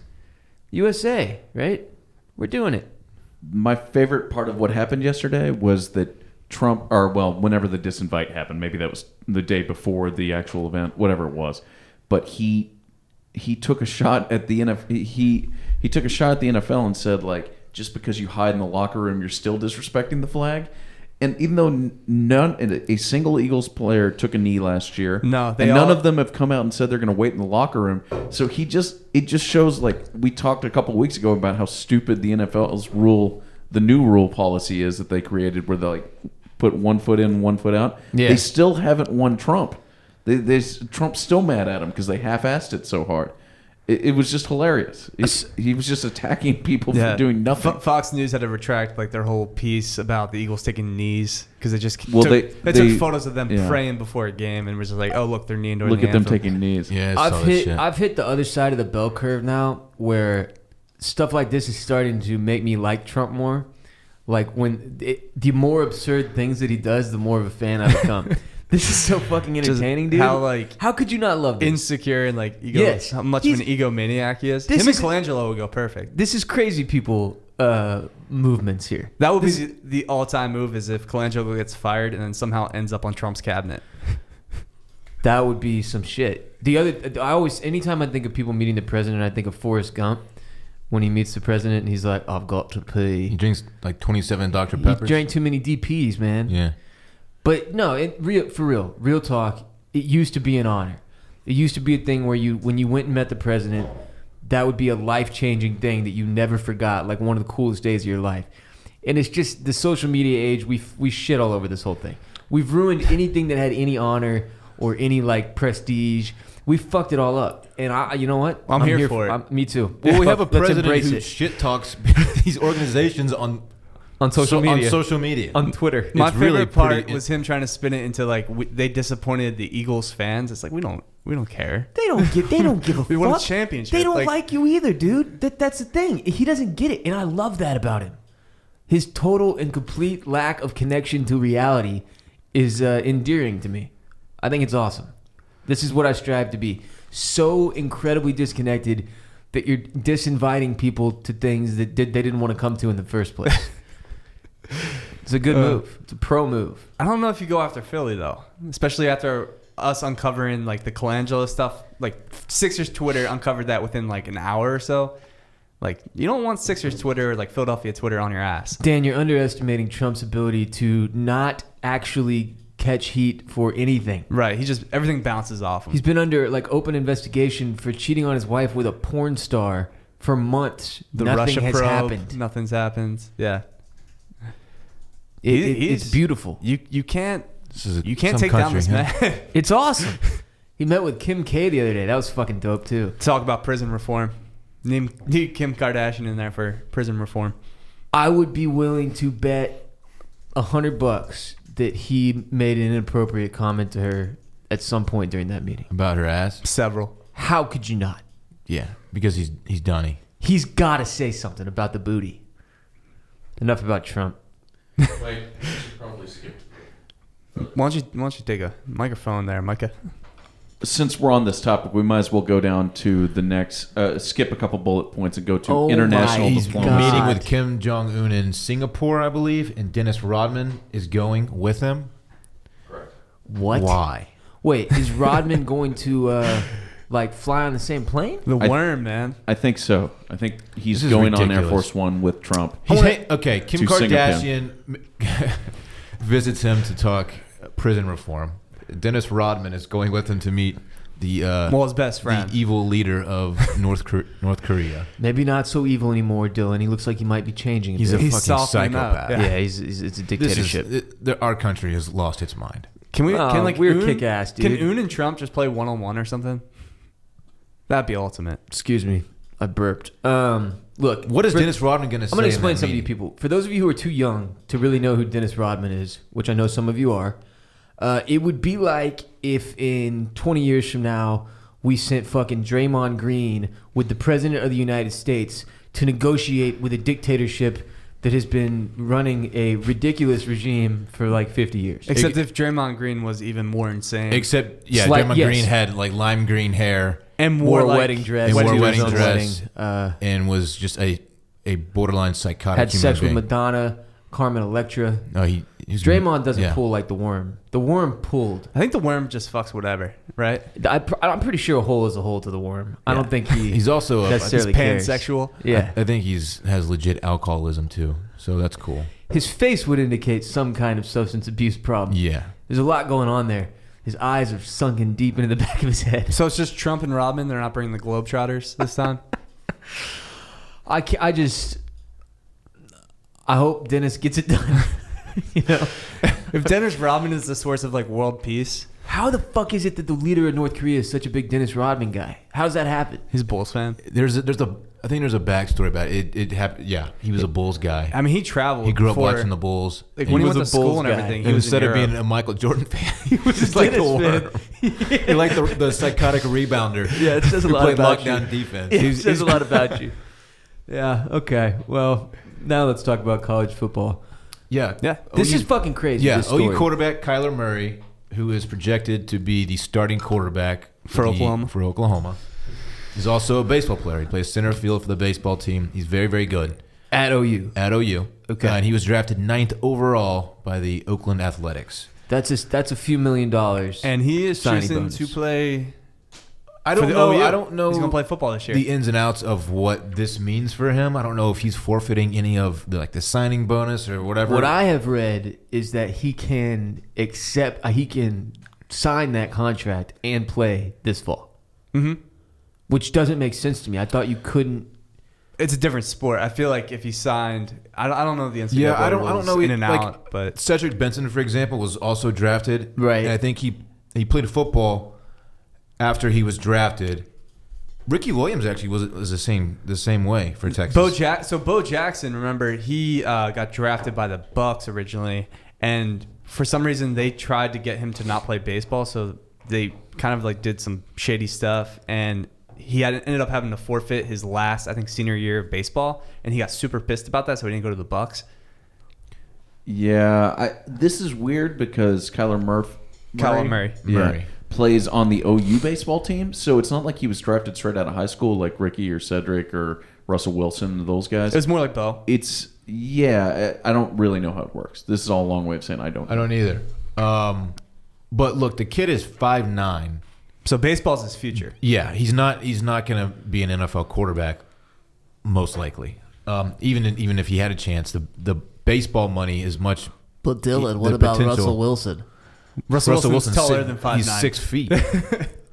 USA, right? We're doing it. My favorite part of what happened yesterday was that Trump, or well, whenever the disinvite happened, maybe that was the day before the actual event, whatever it was. But he he took a shot at the NFL. He he took a shot at the NFL and said like, just because you hide in the locker room, you're still disrespecting the flag. And even though n- none, and a single Eagles player took a knee last year, No, they and none all- of them have come out and said they're going to wait in the locker room. So he just it just shows like we talked a couple weeks ago about how stupid the NFL's rule, the new rule policy is that they created where they like put one foot in, one foot out. Yeah. They still haven't won Trump. They, they, Trump's still mad at him because they half-assed it so hard. It, it was just hilarious. He, he was just attacking people for doing nothing. Fo- Fox News had to retract like their whole piece about the Eagles taking knees because they just Well, took, they- they, they- took photos of them yeah. praying before a game and was just like, oh look, they're kneeing during Look the at them anthem. taking knees. Yeah, I saw I've that hit shit. I've hit the other side of the bell curve now where stuff like this is starting to make me like Trump more. Like when it, the more absurd things that he does, the more of a fan I become. this is so fucking Just entertaining, dude. how, like, how could you not love this? insecure and like ego, Yes. how much He's- of an egomaniac he is. This Him and is- Colangelo would go perfect. this is crazy people uh, movements here. That would be the, the all-time move is if Colangelo gets fired and then somehow ends up on Trump's cabinet. That would be some shit. The other, I always, anytime I think of people meeting the president, I think of Forrest Gump when he meets the president and he's like, "I've got to He pee." drinks like 27 Dr. He Peppers. drank too many DPs, man. yeah. But no, it, real for real, real talk. It used to be an honor. It used to be a thing where you, when you went and met the president, that would be a life changing thing that you never forgot, like one of the coolest days of your life. And it's just the social media age. We we shit all over this whole thing. We've ruined anything that had any honor or any like prestige. We fucked it all up. And I, you know what? I'm here for it. me too. Well, we Fuck, have a let's president embrace who it. shit talks these organizations on on social so- media, On social media. on Twitter. My It's favorite really part pretty- was him trying to spin it into like we, they disappointed the Eagles fans. It's like we don't we don't care. They don't get. They don't give a We fuck. won a championship, They don't like, like- you either, dude. That that's the thing. He doesn't get it, and I love that about him. His total and complete lack of connection to reality is uh, endearing to me. I think it's awesome. This is what I strive to be. So incredibly disconnected that you're disinviting people to things that did, they didn't want to come to in the first place. it's a good Uh, move. It's a pro move. I don't know if you go after Philly though, especially after us uncovering like the Colangelo stuff. Like Sixers Twitter uncovered that within like an hour or so. Like you don't want Sixers Twitter or like Philadelphia Twitter on your ass. Dan, you're underestimating Trump's ability to not actually catch heat for anything. Right? He just everything bounces off him. He's been under like open investigation for cheating on his wife with a porn star for months. the Nothing Russia has probe, happened. nothing's happened. Yeah, It- He- it- it's he's- beautiful. you you can't This is a- you can't some take down country, this huh? man. It's awesome. he met with Kim K the other day. That was fucking dope too. Talk about prison reform. Name need Kim Kardashian in there for prison reform. I would be willing to bet a hundred bucks that he made an inappropriate comment to her at some point during that meeting. About her ass. Several. How could you not? Yeah. Because he's he's Donnie. He's got to say something about the booty. Enough about Trump. Wait, you should probably skip. Why don't you Why don't you take a microphone there, Micah? Since we're on this topic, we might as well go down to the next. Uh, skip a couple bullet points and go to Oh international my He's diplomacy. God. meeting with Kim Jong Un in Singapore, I believe, and Dennis Rodman is going with him. Correct. What? Why? Wait, is Rodman going to uh, like fly on the same plane? The I- worm, man. I think so. I think he's This is going on Air ridiculous. Force One with Trump. He's hang- okay, Kim To sing with Kardashian visits him to talk prison reform. Dennis Rodman is going with him to meet the uh, Well, his best the friend. evil leader of North Kor- North Korea. Maybe not so evil anymore, Dylan. He looks like he might be changing. a He's a bit. He's fucking softening up, psychopath. yeah. yeah. He's, he's it's a This is, dictatorship. it- the- our country has lost its mind. Can we? Oh, can like we're Un- kick-ass, dude. Can Un and Trump just play one on one or something? That'd be ultimate. Excuse me, I burped. Um, look, What is for- Dennis Rodman going to say? I'm going to in explain that something to you meeting? people. For those of you who are too young to really know who Dennis Rodman is, which I know some of you are, uh, it would be like if in 20 years from now we sent fucking Draymond Green with the President of the United States to negotiate with a dictatorship that has been running a ridiculous regime for like 50 years. Except if Draymond Green was even more insane Except, yeah, Slight- Draymond yes. Green had like lime green hair and Wore more like, wedding dress. and wore to his wedding own dress. wedding, Uh, and was just a a borderline psychotic. had human sex with being. Madonna, Carmen Electra. No, he. He's, Draymond doesn't yeah. pull like the worm. The worm pulled. I think the worm just fucks whatever, right? I, am pretty sure a hole is a hole to the worm. I don't think he. He's also. A, That's- He's Barely cares. pansexual. yeah, I, I think he's has legit alcoholism too, so that's cool. his face would indicate some kind of substance abuse problem. Yeah, There's a lot going on there. His eyes are sunken deep into the back of his head. So it's just Trump and Rodman. They're not bringing the Globetrotters this time. I ca I just. I hope Dennis gets it done. you know, if Dennis Rodman is the source of like world peace, how the fuck is it that the leader of North Korea is such a big Dennis Rodman guy? How does that happen? he's a Bulls fan. there's a, there's a I think there's a backstory about it. It, it happened. Yeah, he was a Bulls guy. I mean, he traveled. He grew up before- watching the Bulls. Like and when he, was went a to school Bulls and guy. everything, and he was instead in of Europe. being a Michael Jordan fan, he was just just like the Dennis worm. He liked the, the psychotic rebounder. Yeah, it says a who lot played about lockdown defense. Yeah, it says a lot about you. Yeah. Okay. Well, now let's talk about college football. Yeah, Yeah. This OU is fucking crazy. Yeah, this OU story. Oh, quarterback Kyler Murray, who is projected to be the starting quarterback For the- Oklahoma. for Oklahoma, he's also a baseball player. He plays center field for the baseball team. He's very, very good at OU. at OU. Okay. and he was drafted ninth overall by the Oakland Athletics. That's a, that's a few million dollars. and he is Signing choosing bonus. to play. I for don't the know. OU. I don't know He's gonna play football this year. the ins and outs of what this means for him. I don't know if he's forfeiting any of the, like the signing bonus or whatever. what I have read is that he can accept, uh, he can sign that contract and play this fall, Mm-hmm. Mhm. which doesn't make sense to me. I thought you couldn't. It's a different sport. I feel like if he signed, I don't, I don't know the NCAA Yeah, I don't. rules I don't know. in it- and like, out, but Cedric Benson, for example, was also drafted. Right. And I think he he played football after he was drafted. Ricky Williams actually was was the same the same way for Texas. Bo Jack. So Bo Jackson, remember he uh, got drafted by the Bucks originally, and for some reason they tried to get him to not play baseball, so they kind of like did some shady stuff, and he had, ended up having to forfeit his last, I think, senior year of baseball, and he got super pissed about that, so he didn't go to the Bucks. Yeah, I, this is weird because Kyler Murph, Kyler Murray. yeah, Murray. plays on the OU baseball team, so it's not like he was drafted straight out of high school like Ricky or Cedric or Russell Wilson, those guys. It was more like Bo. it's yeah, I I don't really know how it works. This is all a long way of saying I don't. I don't either. Um, but look, the kid is five nine. So baseball's his future. Yeah, he's not he's not going to be an NFL quarterback most likely. Um, even even if he had a chance, the the baseball money is much. But Dylan, The what about potential. Russell Wilson? Russell, Wilson's, taller six- than five He's nine. six feet.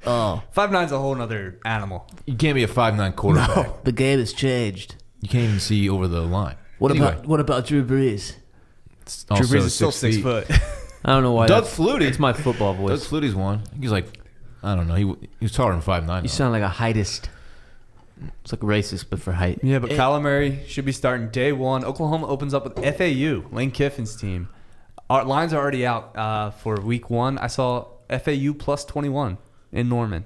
Oh, Five nine's a whole other animal. you can't be a five nine quarterback. the game has changed. You can't even see over the line. What Anyway, about what about Drew Brees? it's Drew also Brees is still six feet. foot. I don't know why. Doug that's- Flutie. It's my football Doug voice. Flutie's one. He's like, I don't know. He w- he was taller than five nine. You sound like a heightist. It's like racist, but for height. Yeah, but Kyler Murray should be starting day one. Oklahoma opens up with FAU, Lane Kiffin's team. Our lines are already out uh, for week one. I saw FAU plus 21 in Norman.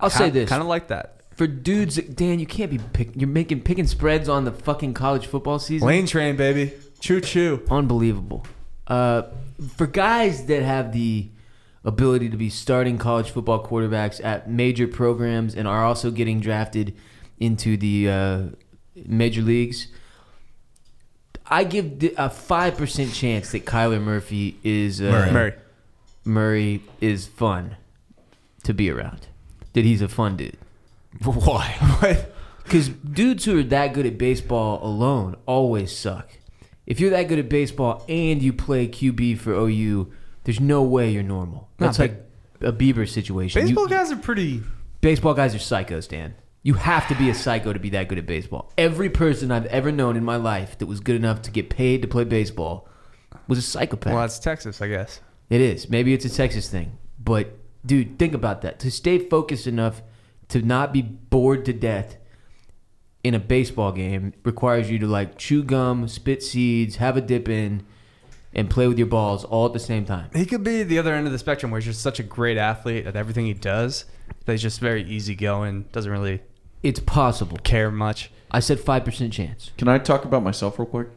I'll say this Kind of like that. for dudes. Dan, you can't be pick, you're making picking spreads on the fucking college football season. Lane train, baby. Choo choo. unbelievable. Uh, for guys that have the ability to be starting college football quarterbacks at major programs and are also getting drafted into the uh, major leagues, I give the, a five percent chance that Kyler Murphy is uh, Murray. Murray. Murray is fun to be around. That he's a fun dude. Why? Because dudes who are that good at baseball alone always suck. If you're that good at baseball and you play QB for OU, there's no way you're normal. Nah, That's but- like a Bieber situation. Baseball You- guys are pretty. baseball guys are psychos, Dan. You have to be a psycho to be that good at baseball. Every person I've ever known in my life that was good enough to get paid to play baseball was a psychopath. Well, that's Texas, I guess. It is. Maybe it's a Texas thing. But dude, think about that. To stay focused enough to not be bored to death in a baseball game requires you to like chew gum, spit seeds, have a dip in, and play with your balls all at the same time. He could be the other end of the spectrum where he's just such a great athlete at everything he does that he's just very easygoing, doesn't really It's possible. care much. I said five percent chance. Can I talk about myself real quick?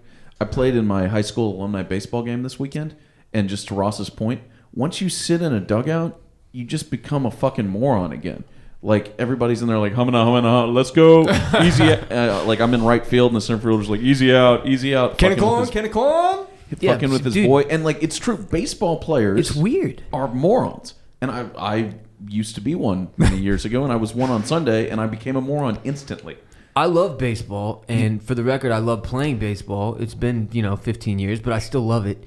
I played in my high school alumni baseball game this weekend, and just to Ross's point, once you sit in a dugout, you just become a fucking moron again. Like everybody's in there, like humming, humming, humming let's go, easy. uh, like I'm in right field, and the center fielder's like, easy out, easy out. Can it fucking clone? with Can it clone? his, Yeah, fucking with his dude. boy, and like it's true. Baseball players, It's weird. are morons. And I I used to be one many years ago, and I was one on Sunday, and I became a moron instantly. I love baseball, and for the record, I love playing baseball. It's been you know 15 years, but I still love it.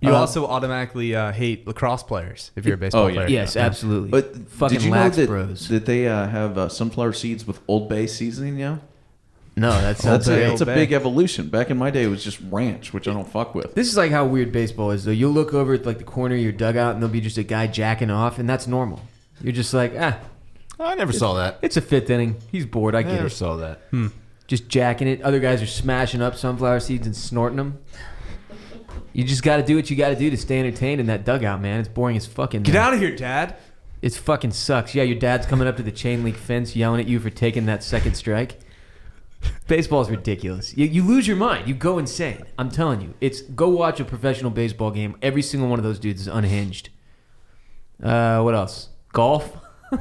You Uh, also automatically uh, hate lacrosse players if you're a baseball oh, yeah. player. yes, absolutely. But fucking did you lax know that, bros. that they uh, have uh, sunflower seeds with Old Bay seasoning now? no, that's not That's a, Bay. that's a Old Bay. big evolution. Back in my day, it was just ranch, which I don't fuck with. This is like how weird baseball is, though. You'll look over at like the corner of your dugout, and there'll be just a guy jacking off, and that's normal. You're just like, ah, I never saw that. it's a fifth inning. He's bored. I I get never it. saw that. Mm-hmm. Just jacking it. Other guys are smashing up sunflower seeds and snorting them. You just got to do what you got to do to stay entertained in that dugout, man. It's boring as fucking. Get man. out of here, Dad. It's fucking sucks. Yeah, your dad's coming up to the chain link fence yelling at you for taking that second strike. Baseball's ridiculous. You, you lose your mind. You go insane. I'm telling you. It's go watch a professional baseball game. Every single one of those dudes is unhinged. Uh, what else? Golf.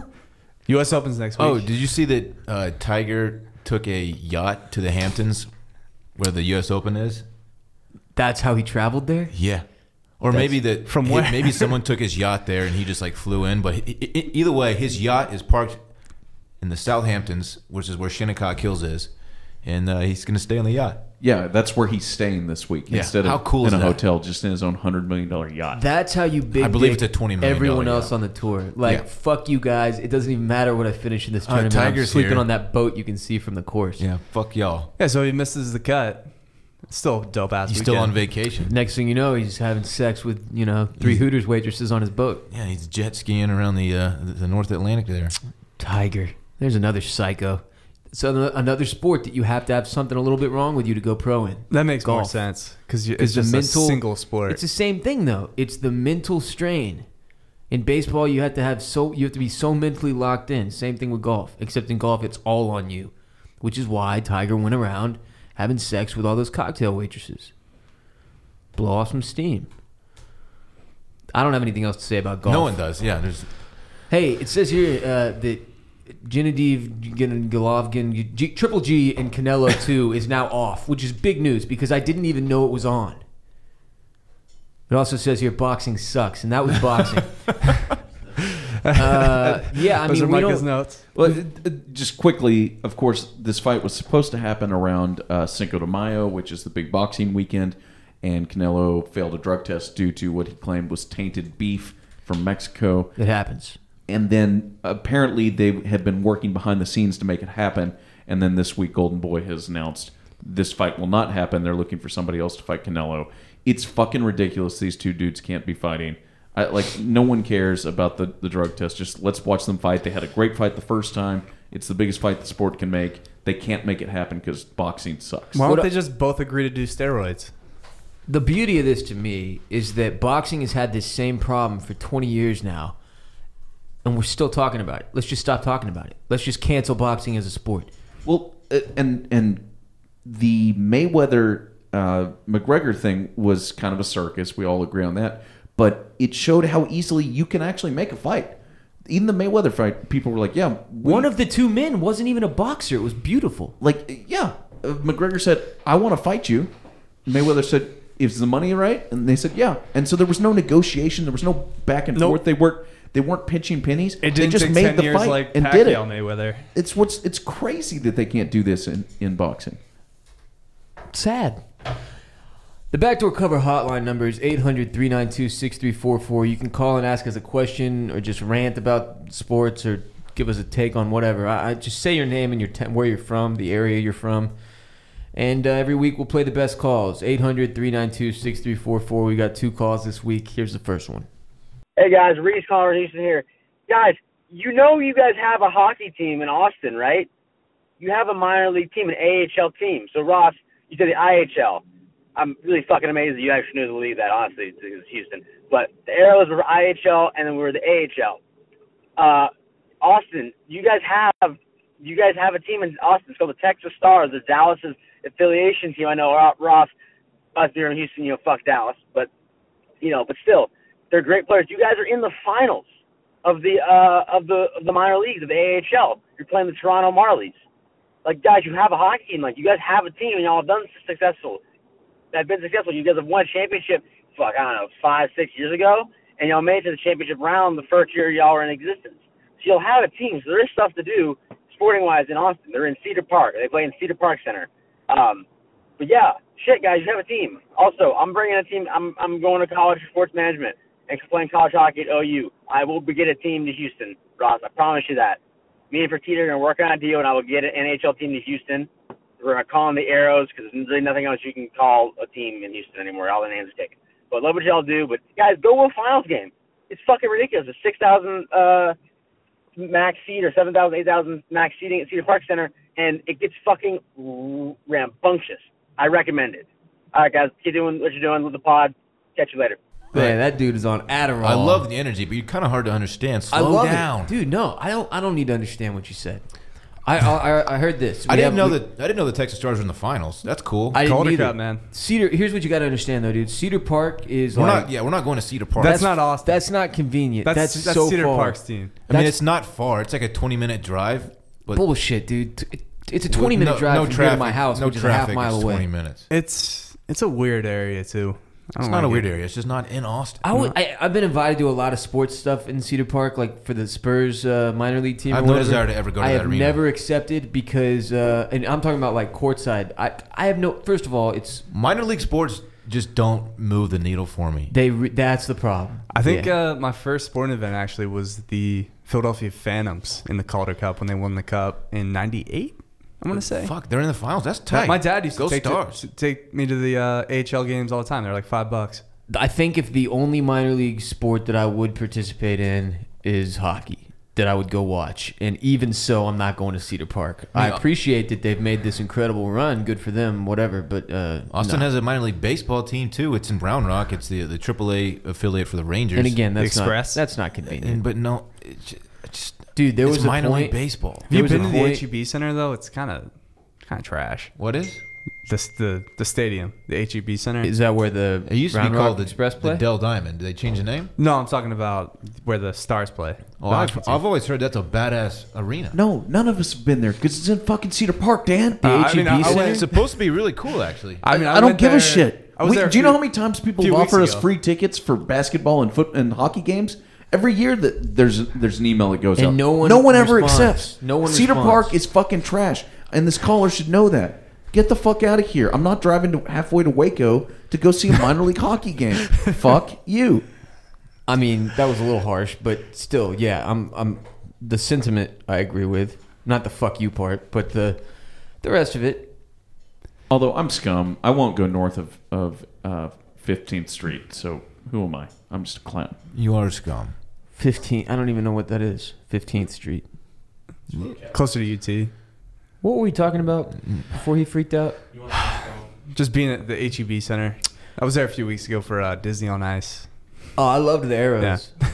U.S. Open's next week. Oh, did you see that uh, Tiger took a yacht to the Hamptons where the U.S. Open is? That's how he traveled there. Yeah. Or maybe that From hi- where? maybe someone took his yacht there and he just like flew in. But i- i- either way, his yacht is parked in the Southamptons, which is where Shinnecock Hills is, and uh, he's gonna stay on the yacht. Yeah, that's where he's staying this week Yeah. instead of How cool in is a that? hotel, just in his own hundred million dollar yacht. That's how you big. I believe dick it's a $20 million Everyone yacht. else on the tour, like Yeah. fuck you guys. It doesn't even matter what I finish in this Uh, tournament. I'm Tiger's sleeping here. on that boat you can see from the course. Yeah. Fuck y'all. Yeah, so he misses the cut. Still dope ass. He's still on weekend. vacation. Next thing you know, he's having sex with you know three Hooters waitresses on his boat. Yeah, he's jet skiing around the uh, the North Atlantic there. Tiger. There's another psycho. So another sport that you have to have something a little bit wrong with you to go pro in. That makes more Golf. sense because it's 'Cause the just mental- a single sport. It's the same thing though. It's the mental strain. In baseball, you have to have so you have to be so mentally locked in. Same thing with golf. Except in golf, it's all on you, which is why Tiger went around having sex with all those cocktail waitresses. Blow off some steam. I don't have anything else to say about golf. No one does. Yeah. There's Hey, it says here uh, that Genevieve Gin- Golovkin, G- Triple G, and Canelo 2 is now off, which is big news because I didn't even know it was on. It also says here boxing sucks, and that was boxing. uh, yeah, I Those mean, are we Micah's don't, notes. Well, it- it- just quickly, of course, this fight was supposed to happen around uh, Cinco de Mayo, which is the big boxing weekend, and Canelo failed a drug test due to what he claimed was tainted beef from Mexico. it happens. And then apparently they had been working behind the scenes to make it happen. And then this week, Golden Boy has announced this fight will not happen. They're looking for somebody else to fight Canelo. It's fucking ridiculous. These two dudes can't be fighting. I, like no one cares about the, the drug test. Just let's watch them fight. They had a great fight the first time. It's the biggest fight the sport can make. They can't make it happen because boxing sucks. Why What don't I- they just both agree to do steroids? The beauty of this to me is that boxing has had this same problem for 20 years now, and we're still talking about it. Let's just stop talking about it. Let's just cancel boxing as a sport. Well, uh, and and the Mayweather uh, McGregor thing was kind of a circus. We all agree on that. But it showed how easily you can actually make a fight. Even the Mayweather fight, people were like, "Yeah, we- One of the two men wasn't even a boxer. It was beautiful. like yeah." Uh, McGregor said, "I want to fight you." Mayweather said, "Is the money right?" And they said, "Yeah." And so there was no negotiation. There was no back and Nope. forth. They weren't they weren't pinching pennies. It didn't they just take made 10 the years fight like and Pacquiao did it. Mayweather. It's what's it's crazy that they can't do this in, in boxing. Sad. The backdoor cover hotline number is 800 392 6344. You can call and ask us a question or just rant about sports or give us a take on whatever. I, I Just say your name and your te- where you're from, the area you're from. And uh, every week we'll play the best calls 800 392 6344. We got two calls this week. Here's the first one. Hey guys, Reese Connor Houston here. Guys, you know you guys have a hockey team in Austin, right? You have a minor league team, an AHL team. So Ross, you said the IHL. I'm really fucking amazed that you actually knew the league that honestly because it's Houston. But the Arrows were IHL and then we were the AHL. Uh, Austin, you guys have you guys have a team in Austin. It's called the Texas Stars. The Dallas's affiliation team. I know Ro- Ross, us here in Houston, you know, fuck Dallas, but you know, but still, they're great players. You guys are in the finals of the uh, of the of the minor leagues of the AHL. You're playing the Toronto Marlies. Like guys, you have a hockey team. Like you guys have a team, and y'all have done successful. Have been successful. You guys have won a championship. Fuck, I don't know, five six years ago, and y'all made it to the championship round the first year y'all were in existence. So you'll have a team. So there is stuff to do sporting wise in Austin. They're in Cedar Park. They play in Cedar Park Center. Um, but yeah, shit, guys, you have a team. Also, I'm bringing a team. I'm I'm going to college for sports management and playing college hockey at OU. I will be get a team to Houston, Ross. I promise you that. Me and Fertitta are gonna work on a deal, and I will get an NHL team to Houston. We're gonna call them the Arrows because there's really nothing else you can call a team in Houston anymore. All the names are taken. But love what y'all do. But guys, go to a finals game. It's fucking ridiculous. It's six thousand uh max seat or 7,000, 8,000 max seating at Cedar Park Center, and it gets fucking r- rambunctious. I recommend it. All right, guys, keep doing what you're doing with the pod. Catch you later. Man, that dude is on Adderall. I love the energy, but you're kind of hard to understand. Slow I love down. it. Dude, no, I don't, I don't need to understand what you said. I, I, I heard this. I We didn't have- know that. I didn't know the Texas Stars were in the finals. That's cool. I Call didn't it a either. crap, man. Cedar. Here's what you got to understand, though, dude. Cedar Park is we're like not. Yeah, we're not going to Cedar Park. That's not Austin. that's not convenient. That's, That's that's, so Cedar far. Park's team. I mean, that's- it's not far. It's like a 20 minute drive. But Bullshit, dude. T- It's a 20 with minute no- drive no from here traffic, to my house, No which is a traffic. half mile it's away. 20 minutes. It's it's a weird area too. I don't It's not a like weird it. area. It's just not in Austin. I would, I, I've been invited to a lot of sports stuff in Cedar Park, like for the Spurs uh, minor league team. or I've no whatever. desire to ever go to I that have arena. never accepted because, uh, and I'm talking about like courtside. I, I have no. First of all, it's Minor league sports just don't move the needle for me. they. Re, that's the problem. I think Yeah. uh, my first sporting event actually was the Philadelphia Phantoms in the Calder Cup when they won the cup in '98. I'm gonna say. Fuck, they're in the finals. That's That- tight. my dad used to go take, Stars. to take me to the uh, AHL games all the time. They're like five bucks. uh, I think if the only minor league sport that I would participate in is hockey that I would go watch. And even so, I'm not going to Cedar Park. I Yeah. appreciate that they've made this incredible run. Good for them, whatever. But uh, Austin no. has a minor league baseball team too. It's in Brown Rock. It's the the AAA affiliate for the Rangers. and again, that's Express. not that's not and, convenient, but no, it ju- it just dude. There it's was a minor point. league baseball. Have There you was a been to the point- HEB Center though? It's kind of kind of trash. What is? The, the the stadium, the HEB Center. Is that where the It used to Round be Rock called the, Express the play? Dell Diamond. Did they change the name? no, I'm talking about where the Stars play. Oh, The I've, hockey team. I've always heard that's a badass arena. No, none of us have been there because it's in fucking Cedar Park, Dan. E the Uh, I HEB mean, I- I Center? went- It's supposed to be really cool, actually. I mean, I, I, don't went give there- a shit. I was We- there a do you know few- how many times people few have weeks offered us ago. free tickets for basketball and foot and hockey games? Every year that there's there's an email that goes And out. no one no one ever responds. accepts. No one Cedar responds. Park is fucking trash, and this caller should know that. Get the fuck out of here! I'm not driving to halfway to Waco to go see a minor league hockey game. Fuck you. I mean, that was a little harsh, but still, yeah, I'm I'm the sentiment I agree with. Not the fuck you part, but the the rest of it. Although I'm scum, I won't go north of of uh, 15th Street. So who am I? I'm just a clown. you are scum. 15 I don't even know what that is. 15th Street. closer to UT. What were we talking about before he freaked out? Just being at the HEB Center. I was there a few weeks ago for uh, Disney on Ice. Oh, I loved the arrows. Yeah.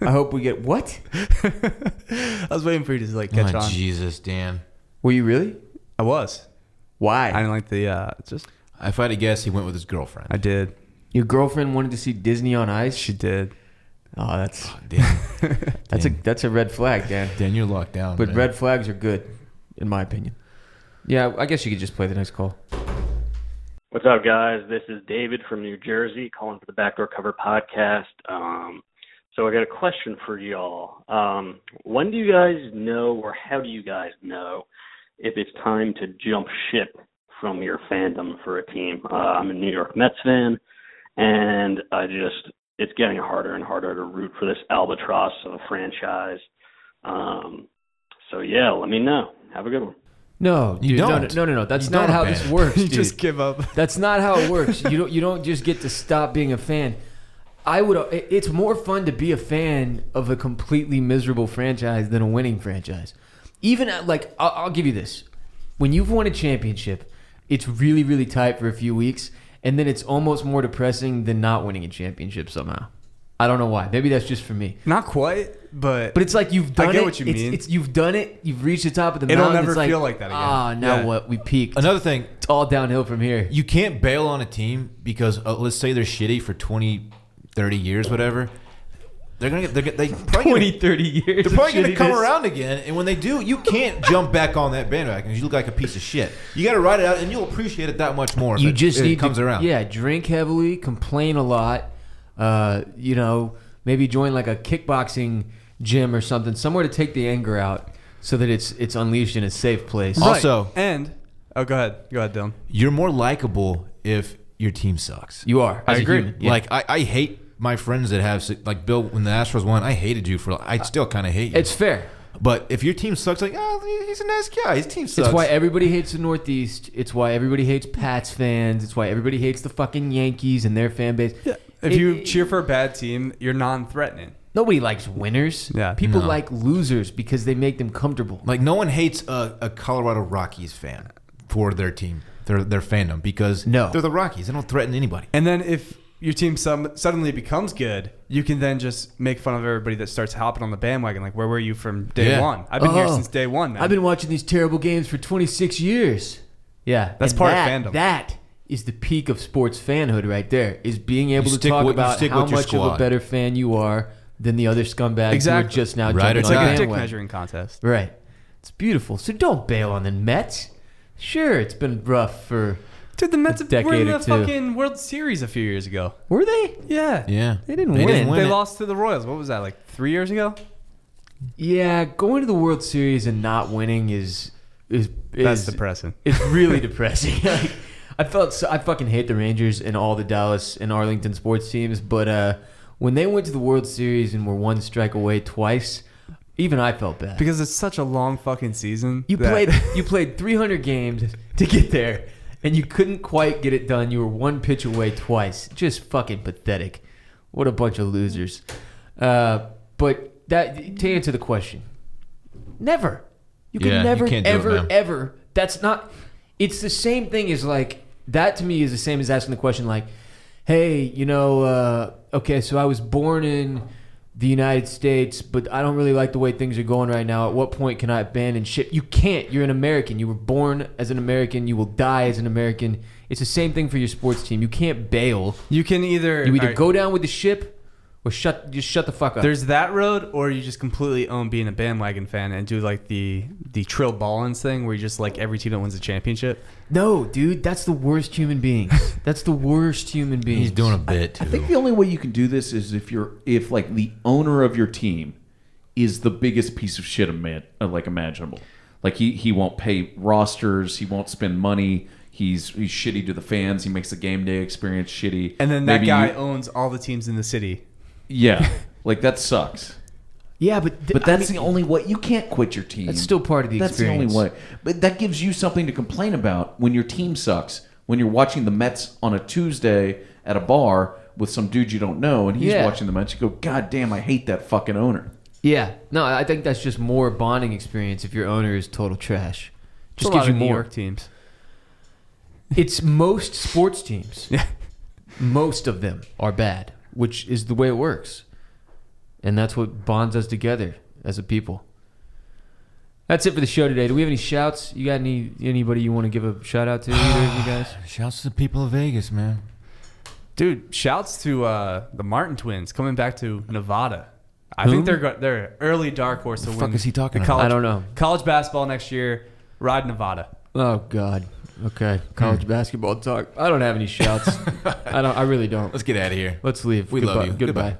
I hope we get what? I was waiting for you to like catch Oh, on. Jesus, Dan. Were you really? I was. Why? I didn't like the uh, just If I had to guess, he went with his girlfriend. I did. Your girlfriend wanted to see Disney on Ice. She did. oh, that's Dan, that's a that's a red flag, Dan. Dan, you're locked down. But man. red flags are good, in my opinion. Yeah, I guess you could just play the next call. What's up, guys? This is David from New Jersey calling for the Backdoor Cover podcast. Um, so I got a question for y'all. Um, when do you guys know, or how do you guys know, if it's time to jump ship from your fandom for a team? Uh, I'm a New York Mets fan, and I just it's getting harder and harder to root for this albatross of a franchise. Um, so yeah, let me know. Have a good one. No, You dude, no, don't. No, no, no, no. That's You not don't how this abandon. works. You dude. just give up. That's not how it works. you don't you don't just get to stop being a fan. I would uh, it- it's more fun to be a fan of a completely miserable franchise than a winning franchise. Even at, like I'll, I'll give you this. When you've won a championship, it's really really tight for a few weeks and then it's almost more depressing than not winning a championship somehow. I don't know why. Maybe that's just for me. Not quite, but But it's like you've I done get it. what you It's- mean. It's, you've done it. You've reached the top of the It'll mountain. never it's feel like that again. Ah, now Yeah. what? We peaked. Another thing, It's all downhill from here. you can't bail on a team because uh, let's say they're shitty for 20, 30 years, whatever. They're gonna get. They're, gonna- they probably gonna- 20, 30 years. They're probably of going to come shittiness. around again, and when they do, you can't jump back on that bandwagon. 'cause You look like a piece of shit. You got to ride it out, and you'll appreciate it that much more. if you it, just if need it comes to, around. Yeah, drink heavily, complain a lot. Uh, you know, maybe join like a kickboxing gym or something, somewhere to take the anger out, so that it's it's unleashed in a safe place. Right. Also- and oh, go ahead, go ahead, Dylan. you're more likable if your team sucks. You are. as a agree. human. Yeah. Like I, I hate my friends that have su- like Bill when the Astros won. I hated you for. I still kind of hate you. it's fair. but if your team sucks, like oh, he- he's a nice guy. His team sucks. It's why everybody hates the Northeast. It's why everybody hates Pats fans. It's why everybody hates the fucking Yankees and their fan base. If It- you it- cheer for a bad team, you're non-threatening. nobody likes winners. Yeah. people No. like losers because they make them comfortable. Like no one hates a, a Colorado Rockies fan for their team, their their fandom because No. they're the Rockies. They don't threaten anybody. And then if your team some, suddenly becomes good, you can then just make fun of everybody that starts hopping on the bandwagon. Like, where were you from day Yeah. one? I've been here Oh, since day one. Man. I've been watching these terrible games for 26 years. Yeah, That's and part of that- fandom. That is the peak of sports fanhood, right there. Is being able to stick talk with- you about stick how with your much of a squad. better fan you are than the other scumbags who are Exactly. just now Right jumping or it's on like the a dick bandwagon. measuring contest. Right, it's beautiful. So don't bail on the Mets. Sure, it's been rough for. Dude, the Mets A were in decade the or two. fucking World Series a few years ago. Were they? Yeah. Yeah, They didn't win. They it. lost to the Royals. What was that, like three years ago? Yeah, going to the World Series and not winning is is, is That's depressing. It's really depressing. like, I felt so, I fucking hate the Rangers and all the Dallas and Arlington sports teams, but uh, when they went to the World Series and were one strike away twice, even I felt bad. Because it's such a long fucking season. you that- played you played 300 games to get there, and you couldn't quite get it done. You were one pitch away twice. Just fucking pathetic. What a bunch of losers. Uh, but that to answer the question, never. You can Yeah, you never, can't do it, ever, man. ever. That's not. It's the same thing as like that. To me, is the same as asking the question like, "Hey, you know, uh, okay, so I was born in the United States, but I don't really like the way things are going right now. At what point can I abandon ship? You can't. You're an American. You were born as an American. You will die as an American. It's the same thing for your sports team. You can't bail. You can either You either alright, go down with the ship, or shut. Just shut the fuck up. There's that road, or you just completely own being a bandwagon fan and do like the the Trill Ballins thing, where you just like every team that wins a championship. No, dude, that's the worst human beings. That's the worst human beings. He's doing a bit too. I think the only way you can do this is if you're if like the owner of your team is the biggest piece of shit ima- uh, like imaginable. Like he he won't pay rosters, he won't spend money. He's he's shitty to the fans. He makes the game day experience shitty. And then that Maybe guy you- owns all the teams in the city. yeah, like that sucks. Yeah, but th- But I that's mean, the only way. You can't quit your team. That's still part of the that's experience. the only way. But that gives you something to complain about when your team sucks. When you're watching the Mets on a Tuesday at a bar with some dude you don't know, and he's Yeah. watching the Mets, you go, "God damn, I hate that fucking owner." Yeah, no, I think that's just more bonding experience if your owner is total trash. Just Just gives you New more. York teams. It's most sports teams. most of them are bad, which is the way it works, and that's what bonds us together as a people. That's it for the show today. Do we have any shouts? You got any anybody you want to give a shout out to? Either of you guys? Shouts to the people of Vegas, man. Dude, shouts to uh, the Martin twins coming back to Nevada. I think they're go- they're early dark horse to The win. fuck is he talking the about? college- I don't know. College basketball next year. Ride Nevada. Oh God. Okay. College Hmm. basketball talk. I don't have any shouts. I don't. I really don't. Let's get out of here. Let's leave. We Goodbye. love you. Goodbye. Goodbye.